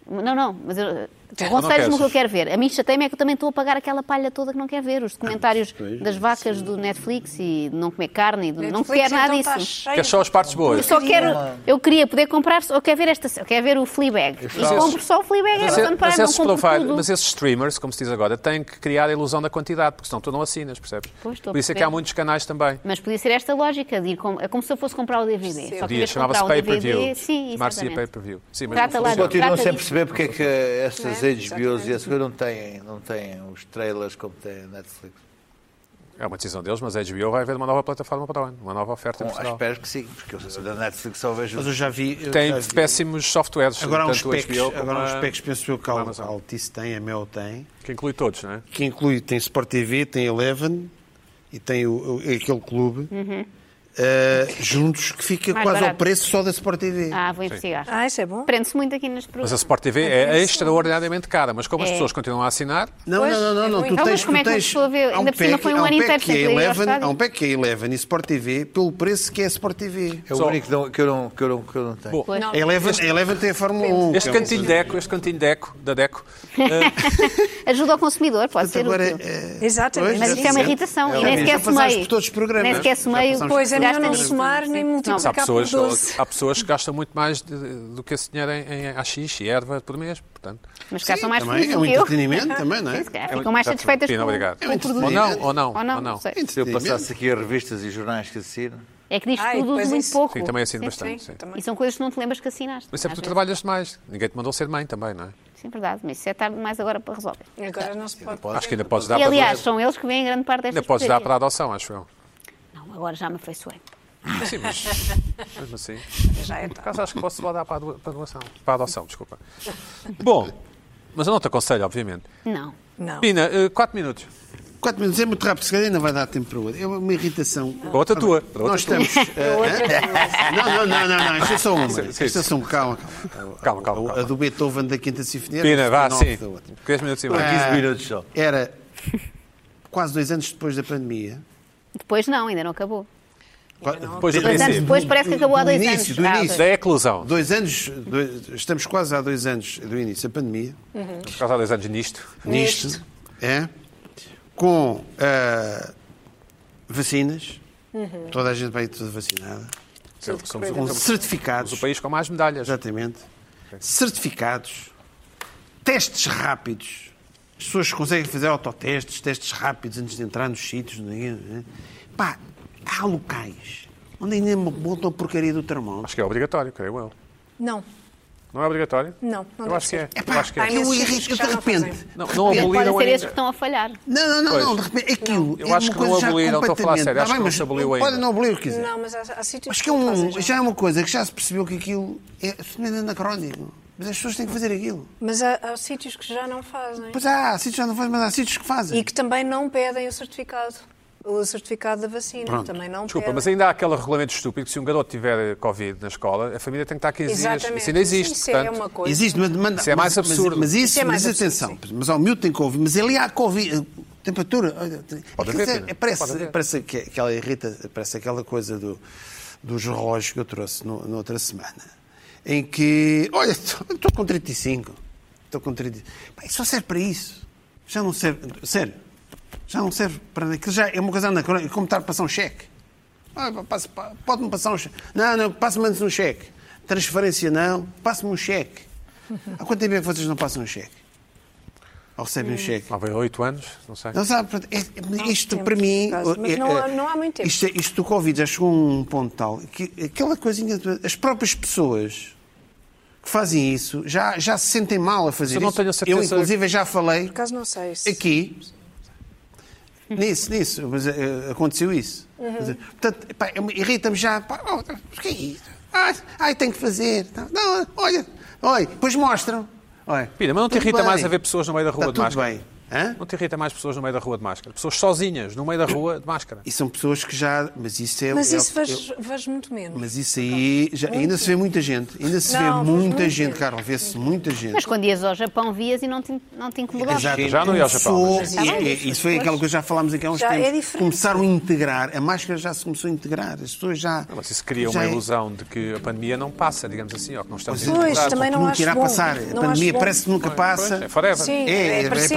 Speaker 6: Não, não, mas eu, tu
Speaker 1: não queres.
Speaker 6: conselhos-me o que eu quero ver. A mim chateia-me é que eu também estou a pagar aquela palha toda que não quero ver. Os
Speaker 1: Ah,
Speaker 6: documentários das vacas do Netflix e de não comer carne e de não
Speaker 3: Netflix,
Speaker 6: quero nada
Speaker 3: então, está
Speaker 6: disso.
Speaker 3: cheio.
Speaker 1: Queres é só as partes
Speaker 6: Eu
Speaker 1: boas.
Speaker 6: só quero, eu queria poder comprar, eu quero ver esta, eu quero ver o Fleabag. E
Speaker 1: faço-
Speaker 6: compro só o Fleabag,
Speaker 1: Mas,
Speaker 6: Amazon Prime,
Speaker 1: é- mas esses
Speaker 6: não compro
Speaker 1: profile-
Speaker 6: tudo.
Speaker 1: mas esses streamers, como se diz agora, têm que criar a ilusão da quantidade, porque senão tu não assinas, percebes?
Speaker 6: Pois, estou a
Speaker 1: Por isso é que
Speaker 6: perceber.
Speaker 1: há muitos canais também.
Speaker 6: Mas podia ser esta lógica de ir com, é como se eu fosse comprar o DVD. Só que em
Speaker 1: Podia,
Speaker 6: vez de comprar um
Speaker 1: chamava-se
Speaker 6: o DVD,
Speaker 1: pay-per-view.
Speaker 6: sim,
Speaker 1: Chamar-se
Speaker 6: exatamente.
Speaker 1: pay-per-view. Sim, mas
Speaker 6: Trata
Speaker 1: não
Speaker 6: lá
Speaker 1: funciona.
Speaker 6: do-
Speaker 4: Continuam
Speaker 6: trata
Speaker 4: sem
Speaker 6: disso.
Speaker 4: perceber porque é que estas as HBOs e
Speaker 3: exatamente.
Speaker 4: as coisas não têm, não têm os trailers como tem a Netflix.
Speaker 1: É uma decisão deles, mas a HBO vai haver uma nova plataforma para o ano, uma nova oferta em
Speaker 4: Bom,
Speaker 1: Portugal.
Speaker 4: espero que sim, porque eu da Netflix só vejo.
Speaker 2: Mas eu já vi. eu
Speaker 1: Tem
Speaker 2: já vi.
Speaker 1: péssimos softwares,
Speaker 2: Agora há uns
Speaker 1: tanto a
Speaker 2: pecs,
Speaker 1: HBO como
Speaker 2: agora há uns
Speaker 1: a-
Speaker 2: pecs, penso eu que a
Speaker 1: como a Amazon.
Speaker 2: Altice tem, a Mel tem,
Speaker 1: que inclui todos, não é?
Speaker 2: que inclui, tem Sport TV, tem Eleven e tem o, o- aquele clube, eh, juntos, que fica
Speaker 6: Uhum. Mais
Speaker 2: quase ao
Speaker 6: barato.
Speaker 2: preço só da Sport TV.
Speaker 6: Ah, vou investigar.
Speaker 3: Ah, isso é bom.
Speaker 6: Prende-se muito aqui nas
Speaker 1: Mas
Speaker 6: perguntas.
Speaker 1: a Sport TV é extraordinariamente cara, mas como as
Speaker 6: É.
Speaker 1: pessoas continuam a assinar,
Speaker 2: Não,
Speaker 3: Pois,
Speaker 2: não, não, não,
Speaker 3: é
Speaker 2: não.
Speaker 3: ruim.
Speaker 2: Tu
Speaker 3: Então,
Speaker 2: tens,
Speaker 6: mas como
Speaker 2: tu
Speaker 6: é que uma
Speaker 2: tens-
Speaker 6: pessoa vê?
Speaker 2: há
Speaker 6: Ainda por cima
Speaker 2: pack-
Speaker 6: foi um
Speaker 2: há
Speaker 6: ano
Speaker 2: pack
Speaker 6: inteiro
Speaker 2: que é
Speaker 6: sem poder ir ao
Speaker 2: 11,
Speaker 6: estádio.
Speaker 2: Há um pack que é Eleven e Sport TV pelo preço que é Sport TV.
Speaker 4: É o
Speaker 1: Só-
Speaker 4: único que, não- que eu não, que eu não, que eu não tenho.
Speaker 1: Bom,
Speaker 2: A Eleven, a Eleven tem a Fórmula 1.
Speaker 1: este
Speaker 2: que é um-
Speaker 1: cantinho Deco, este cantinho Deco, da Deco,
Speaker 6: Ajuda ao consumidor, pode ser
Speaker 2: Agora,
Speaker 6: útil.
Speaker 2: eh,
Speaker 3: Exatamente.
Speaker 6: Mas isto é uma
Speaker 2: sim.
Speaker 6: irritação
Speaker 2: É,
Speaker 6: e nem
Speaker 2: já
Speaker 6: sequer
Speaker 2: passámos
Speaker 6: somei.
Speaker 2: por todos os programas.
Speaker 6: Nem sequer
Speaker 2: é- Já
Speaker 6: somei
Speaker 2: passámos
Speaker 6: o
Speaker 2: por
Speaker 3: Pois é melhor
Speaker 6: Gasta
Speaker 3: não
Speaker 6: nisto.
Speaker 3: somar
Speaker 1: Mas
Speaker 3: nem
Speaker 1: há
Speaker 3: multiplicar por
Speaker 1: pessoas,
Speaker 3: 12.
Speaker 1: há pessoas que gastam muito mais de- do que esse dinheiro em, em AX e erva por mês, portanto.
Speaker 6: Mas cá são mais
Speaker 2: Também
Speaker 6: felizes
Speaker 2: é um
Speaker 6: do que eu.
Speaker 2: entretenimento, também, não é?
Speaker 6: Se calhar Ficam mais satisfeitas
Speaker 1: Pina,
Speaker 6: com
Speaker 1: obrigado.
Speaker 6: com o produto.
Speaker 1: Ou não, ou não,
Speaker 6: Ou não, não sei.
Speaker 4: Se eu
Speaker 2: Sim,
Speaker 4: passasse aqui as revistas e jornais que assino,
Speaker 6: É que diz
Speaker 3: Ai,
Speaker 6: tudo
Speaker 3: depois
Speaker 6: muito
Speaker 3: isso.
Speaker 6: pouco.
Speaker 1: Sim, também assino
Speaker 3: Sim,
Speaker 1: bastante. Sim.
Speaker 3: também.
Speaker 6: E são coisas que não te lembras que assinaste.
Speaker 1: Mas é
Speaker 6: Às
Speaker 1: porque tu
Speaker 6: vezes.
Speaker 1: trabalhas demais. Ninguém te mandou ser mãe também, não é?
Speaker 6: Sim, é verdade, mas isso é tarde demais agora para resolver.
Speaker 3: Agora não se pode.
Speaker 1: Acho que ainda podes dar
Speaker 6: E aliás,
Speaker 1: para
Speaker 6: são eles que vêm grande parte destas
Speaker 1: ainda podes dar para a
Speaker 6: porcarias.
Speaker 1: adoção, acho eu.
Speaker 6: Não, agora já me afeiçoei.
Speaker 1: Sim, mas mesmo assim.
Speaker 3: Já é
Speaker 1: Por
Speaker 3: tarde.
Speaker 1: acaso acho que posso só dar para a do- para a doação. Para a adoção, desculpa. Bom, mas eu não te aconselho, obviamente.
Speaker 6: Não.
Speaker 3: Não.
Speaker 1: Pina, eh, quatro minutos.
Speaker 2: 4 minutos é muito rápido, se calhar ainda vai dar tempo para outra. É uma irritação.
Speaker 1: Para outra tua. Para outra
Speaker 2: Nós estamos. eh,
Speaker 1: É.
Speaker 2: hã? não, não, não, não, não, isto é só uma. Isto
Speaker 1: sim.
Speaker 2: é só uma, calma, calma.
Speaker 1: tua. Calma, calma,
Speaker 2: A
Speaker 1: calma.
Speaker 2: do Beethoven da Quinta Sinfonia. era
Speaker 1: Pina, vá,
Speaker 2: 19
Speaker 1: sim.
Speaker 2: da outra. Ah,
Speaker 1: 10 minutos e meio.
Speaker 4: 15 minutos só.
Speaker 2: Era quase dois anos depois da pandemia.
Speaker 6: Depois não, ainda não acabou.
Speaker 1: Depois do
Speaker 6: Dois anos
Speaker 1: princípio.
Speaker 6: depois parece que acabou há
Speaker 2: do
Speaker 6: dois
Speaker 2: início,
Speaker 6: anos.
Speaker 2: do
Speaker 6: Ah,
Speaker 2: início.
Speaker 1: Da eclosão.
Speaker 2: Dois anos, dois- estamos quase há dois anos do início da pandemia.
Speaker 1: Por causa há dois anos nisto.
Speaker 2: nisto, é, com ah, vacinas,
Speaker 6: Uhum.
Speaker 2: toda a gente vai toda vacinada,
Speaker 1: Somos, somos,
Speaker 2: com
Speaker 1: somos
Speaker 2: certificados,
Speaker 1: Então, o país com mais medalhas.
Speaker 2: exatamente, certificados, testes rápidos, as pessoas conseguem fazer autotestes, testes rápidos antes de entrar nos sítios, não é? Não é? Pá, há locais onde ainda montam a porcaria do termómetro.
Speaker 1: Acho que é obrigatório, creio eu.
Speaker 3: Não.
Speaker 1: Não é obrigatório?
Speaker 3: Não,
Speaker 1: eu
Speaker 3: não deve
Speaker 1: acho que é.
Speaker 3: ser.
Speaker 1: Eu acho que é.
Speaker 3: Ai,
Speaker 2: Eu,
Speaker 3: Esses
Speaker 2: irrito, eu
Speaker 3: já
Speaker 2: de
Speaker 3: não
Speaker 2: repente.
Speaker 3: fazem.
Speaker 1: Não, não
Speaker 6: Podem
Speaker 1: aboliram
Speaker 6: ser esses
Speaker 1: ainda.
Speaker 6: que estão a falhar.
Speaker 2: Não, não, não,
Speaker 1: Pois.
Speaker 2: não, de repente, aquilo.
Speaker 1: eu
Speaker 2: é
Speaker 1: acho
Speaker 2: uma
Speaker 1: que não
Speaker 2: coisa já
Speaker 1: aboliram, estou a falar
Speaker 2: completamente-
Speaker 1: sério, acho
Speaker 2: Tá
Speaker 1: que
Speaker 2: bem,
Speaker 1: não se
Speaker 2: mas
Speaker 1: aboliu
Speaker 2: Pode
Speaker 1: ainda.
Speaker 2: não abolir o que quiser.
Speaker 3: Não, mas há, há sítios
Speaker 2: Acho que
Speaker 3: que
Speaker 2: é
Speaker 3: não
Speaker 2: um,
Speaker 3: fazem
Speaker 2: já.
Speaker 3: já.
Speaker 2: é uma coisa que já se percebeu que aquilo é absolutamente anacrónico. Mas as pessoas têm que fazer aquilo.
Speaker 3: Mas há, há sítios que já não fazem.
Speaker 2: Pois há, há sítios que já não fazem, mas há sítios que fazem.
Speaker 3: E que também não pedem o certificado. O certificado da vacina.
Speaker 2: Pronto.
Speaker 3: Também não
Speaker 1: Desculpa,
Speaker 3: pedem.
Speaker 1: mas ainda há aquele regulamento estúpido que se um garoto tiver eh, Covid na escola, a família tem que estar 15 dias.
Speaker 3: Exatamente.
Speaker 1: Isso ainda existe.
Speaker 3: Isso
Speaker 1: portanto,
Speaker 3: é uma coisa.
Speaker 2: Existe, mas, mas,
Speaker 1: Isso é mais
Speaker 2: mas-
Speaker 1: absurdo.
Speaker 2: Mas, mas isso,
Speaker 3: Isso é mais
Speaker 2: mas
Speaker 3: absurdo,
Speaker 2: atenção, mas ao miúdo tem Covid, mas ali há Covid. Temperatura. olha,
Speaker 1: Pode
Speaker 2: aquilo
Speaker 1: haver,
Speaker 2: é-
Speaker 1: Pina,
Speaker 2: parece,
Speaker 1: pode haver.
Speaker 2: parece que aquela irrita, parece aquela coisa do, dos relógios que eu trouxe no, na outra semana, em que, olha, estou com 35, estou com 35. Pá, isso só serve para isso. Já não serve, sério, já não serve para aquilo, já é uma coisa anacrónica, é como estar a passar um cheque. Ah, passa- pa- Pode-me passar um cheque. Não, não, passa-me antes um cheque. Transferência não, passa-me um cheque. Há quanto tempo é que vocês não passam um cheque? Ou recebem um cheque?
Speaker 1: Talvez 8 anos, não sei.
Speaker 2: Não sabe, portanto, é- é- isto
Speaker 3: tempo,
Speaker 2: para mim.
Speaker 3: por acaso. Mas
Speaker 2: é-
Speaker 3: não há-
Speaker 2: é-
Speaker 3: não há muito tempo.
Speaker 2: Isto, é- isto do Covid já chegou a um ponto tal que aquela coisinha. de- As próprias pessoas que fazem isso já, já se sentem mal a fazer
Speaker 1: Eu
Speaker 2: isso.
Speaker 1: não tenho certeza-
Speaker 2: Eu, inclusive, já falei
Speaker 3: Por acaso não sei. se-
Speaker 1: é
Speaker 2: aqui. Nisso, nisso, mas eh, aconteceu isso.
Speaker 3: Uhum.
Speaker 2: Quer dizer, Portanto, pá, eu me- irrita-me já. Pá, oh, mas que é isso? Ai, ai, tenho que fazer. Não, Não, olha, olha, depois mostram. Olha,
Speaker 1: Pina, mas não te
Speaker 2: tudo
Speaker 1: irrita
Speaker 2: bem.
Speaker 1: mais a ver pessoas no meio da rua
Speaker 2: Está
Speaker 1: de
Speaker 2: tudo
Speaker 1: máscara?
Speaker 2: bem. Hã?
Speaker 1: Não te irrita mais pessoas no meio da rua de máscara? Pessoas sozinhas, no meio da rua de máscara.
Speaker 2: E são pessoas que já. Mas isso é.
Speaker 3: Mas
Speaker 2: é-
Speaker 3: isso
Speaker 2: é-
Speaker 3: vejo, vejo muito menos.
Speaker 2: mas isso aí. já- ainda se vê muita gente. Ainda se
Speaker 3: Não,
Speaker 2: vê
Speaker 3: mas
Speaker 2: muita
Speaker 3: muito.
Speaker 2: gente, Carol. Vê-se muita gente.
Speaker 6: Mas quando ias ao Japão, vias e não te, não te incomodava.
Speaker 2: Exato.
Speaker 1: Já não ia ao Japão,
Speaker 2: Começou-
Speaker 1: mas
Speaker 6: é diferente.
Speaker 2: e- e- Isso foi aquela coisa que já falámos aqui há uns
Speaker 3: Já é
Speaker 2: tempos.
Speaker 3: diferente.
Speaker 2: Começaram a integrar. A máscara já se começou a integrar. As pessoas já.
Speaker 1: Não, Mas isso cria
Speaker 2: já
Speaker 1: uma
Speaker 2: é-
Speaker 1: ilusão de que a pandemia não passa, digamos assim, ou que não estamos
Speaker 3: Pois,
Speaker 1: incomodados.
Speaker 3: também não
Speaker 2: nunca
Speaker 3: acho
Speaker 2: irá
Speaker 3: bom.
Speaker 2: passar.
Speaker 3: Não
Speaker 2: A
Speaker 3: acho
Speaker 2: pandemia
Speaker 3: bom.
Speaker 2: parece que nunca passa.
Speaker 1: É forever.
Speaker 3: Sim,
Speaker 2: É, é,
Speaker 3: é, para sempre.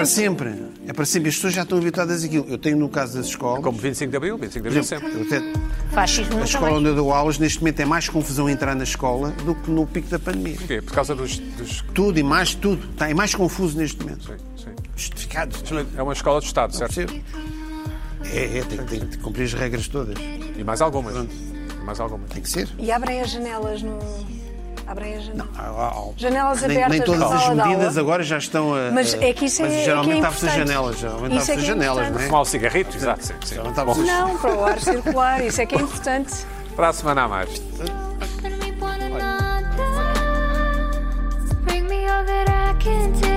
Speaker 2: É para sempre. As pessoas já estão habituadas àquilo. Eu tenho no caso das escolas.
Speaker 1: Como 25 de Abril, 25 de
Speaker 2: por
Speaker 1: Abril
Speaker 2: exemplo,
Speaker 1: sempre.
Speaker 2: eu até-
Speaker 6: Fascismo
Speaker 2: a
Speaker 6: não
Speaker 2: escola
Speaker 6: também.
Speaker 2: onde eu dou aulas, neste momento, é mais confusão entrar na escola do que no pico da pandemia.
Speaker 1: Porquê? Por causa dos... dos-
Speaker 2: Tudo e mais tudo. Está é mais confuso neste momento.
Speaker 1: Sim, sim.
Speaker 2: Justificado.
Speaker 1: É uma escola de Estado, certo?
Speaker 2: É, é tem, tem que cumprir as regras todas.
Speaker 1: E mais algumas. E mais algumas.
Speaker 2: Tem que ser.
Speaker 3: E abrem as janelas no, Abrem a janela.
Speaker 2: Há- há- há-
Speaker 3: Janelas
Speaker 2: nem,
Speaker 3: abertas
Speaker 2: Nem
Speaker 3: na
Speaker 2: todas as
Speaker 3: sala de aula.
Speaker 2: medidas agora já estão a.
Speaker 3: Mas é que isso é-
Speaker 2: mas
Speaker 3: é que é
Speaker 2: geralmente abre-se as
Speaker 3: importante.
Speaker 2: janelas. Geralmente
Speaker 3: Isso é
Speaker 2: abre-se as
Speaker 3: que é
Speaker 2: janelas, não é?
Speaker 3: importante.
Speaker 1: Fumar um cigarrito, exato, sim, sim.
Speaker 2: Geralmente abre-se as
Speaker 3: Não, para o ar circular, isso é que é importante.
Speaker 1: Para a semana a mais.
Speaker 5: Bring me all that I can take.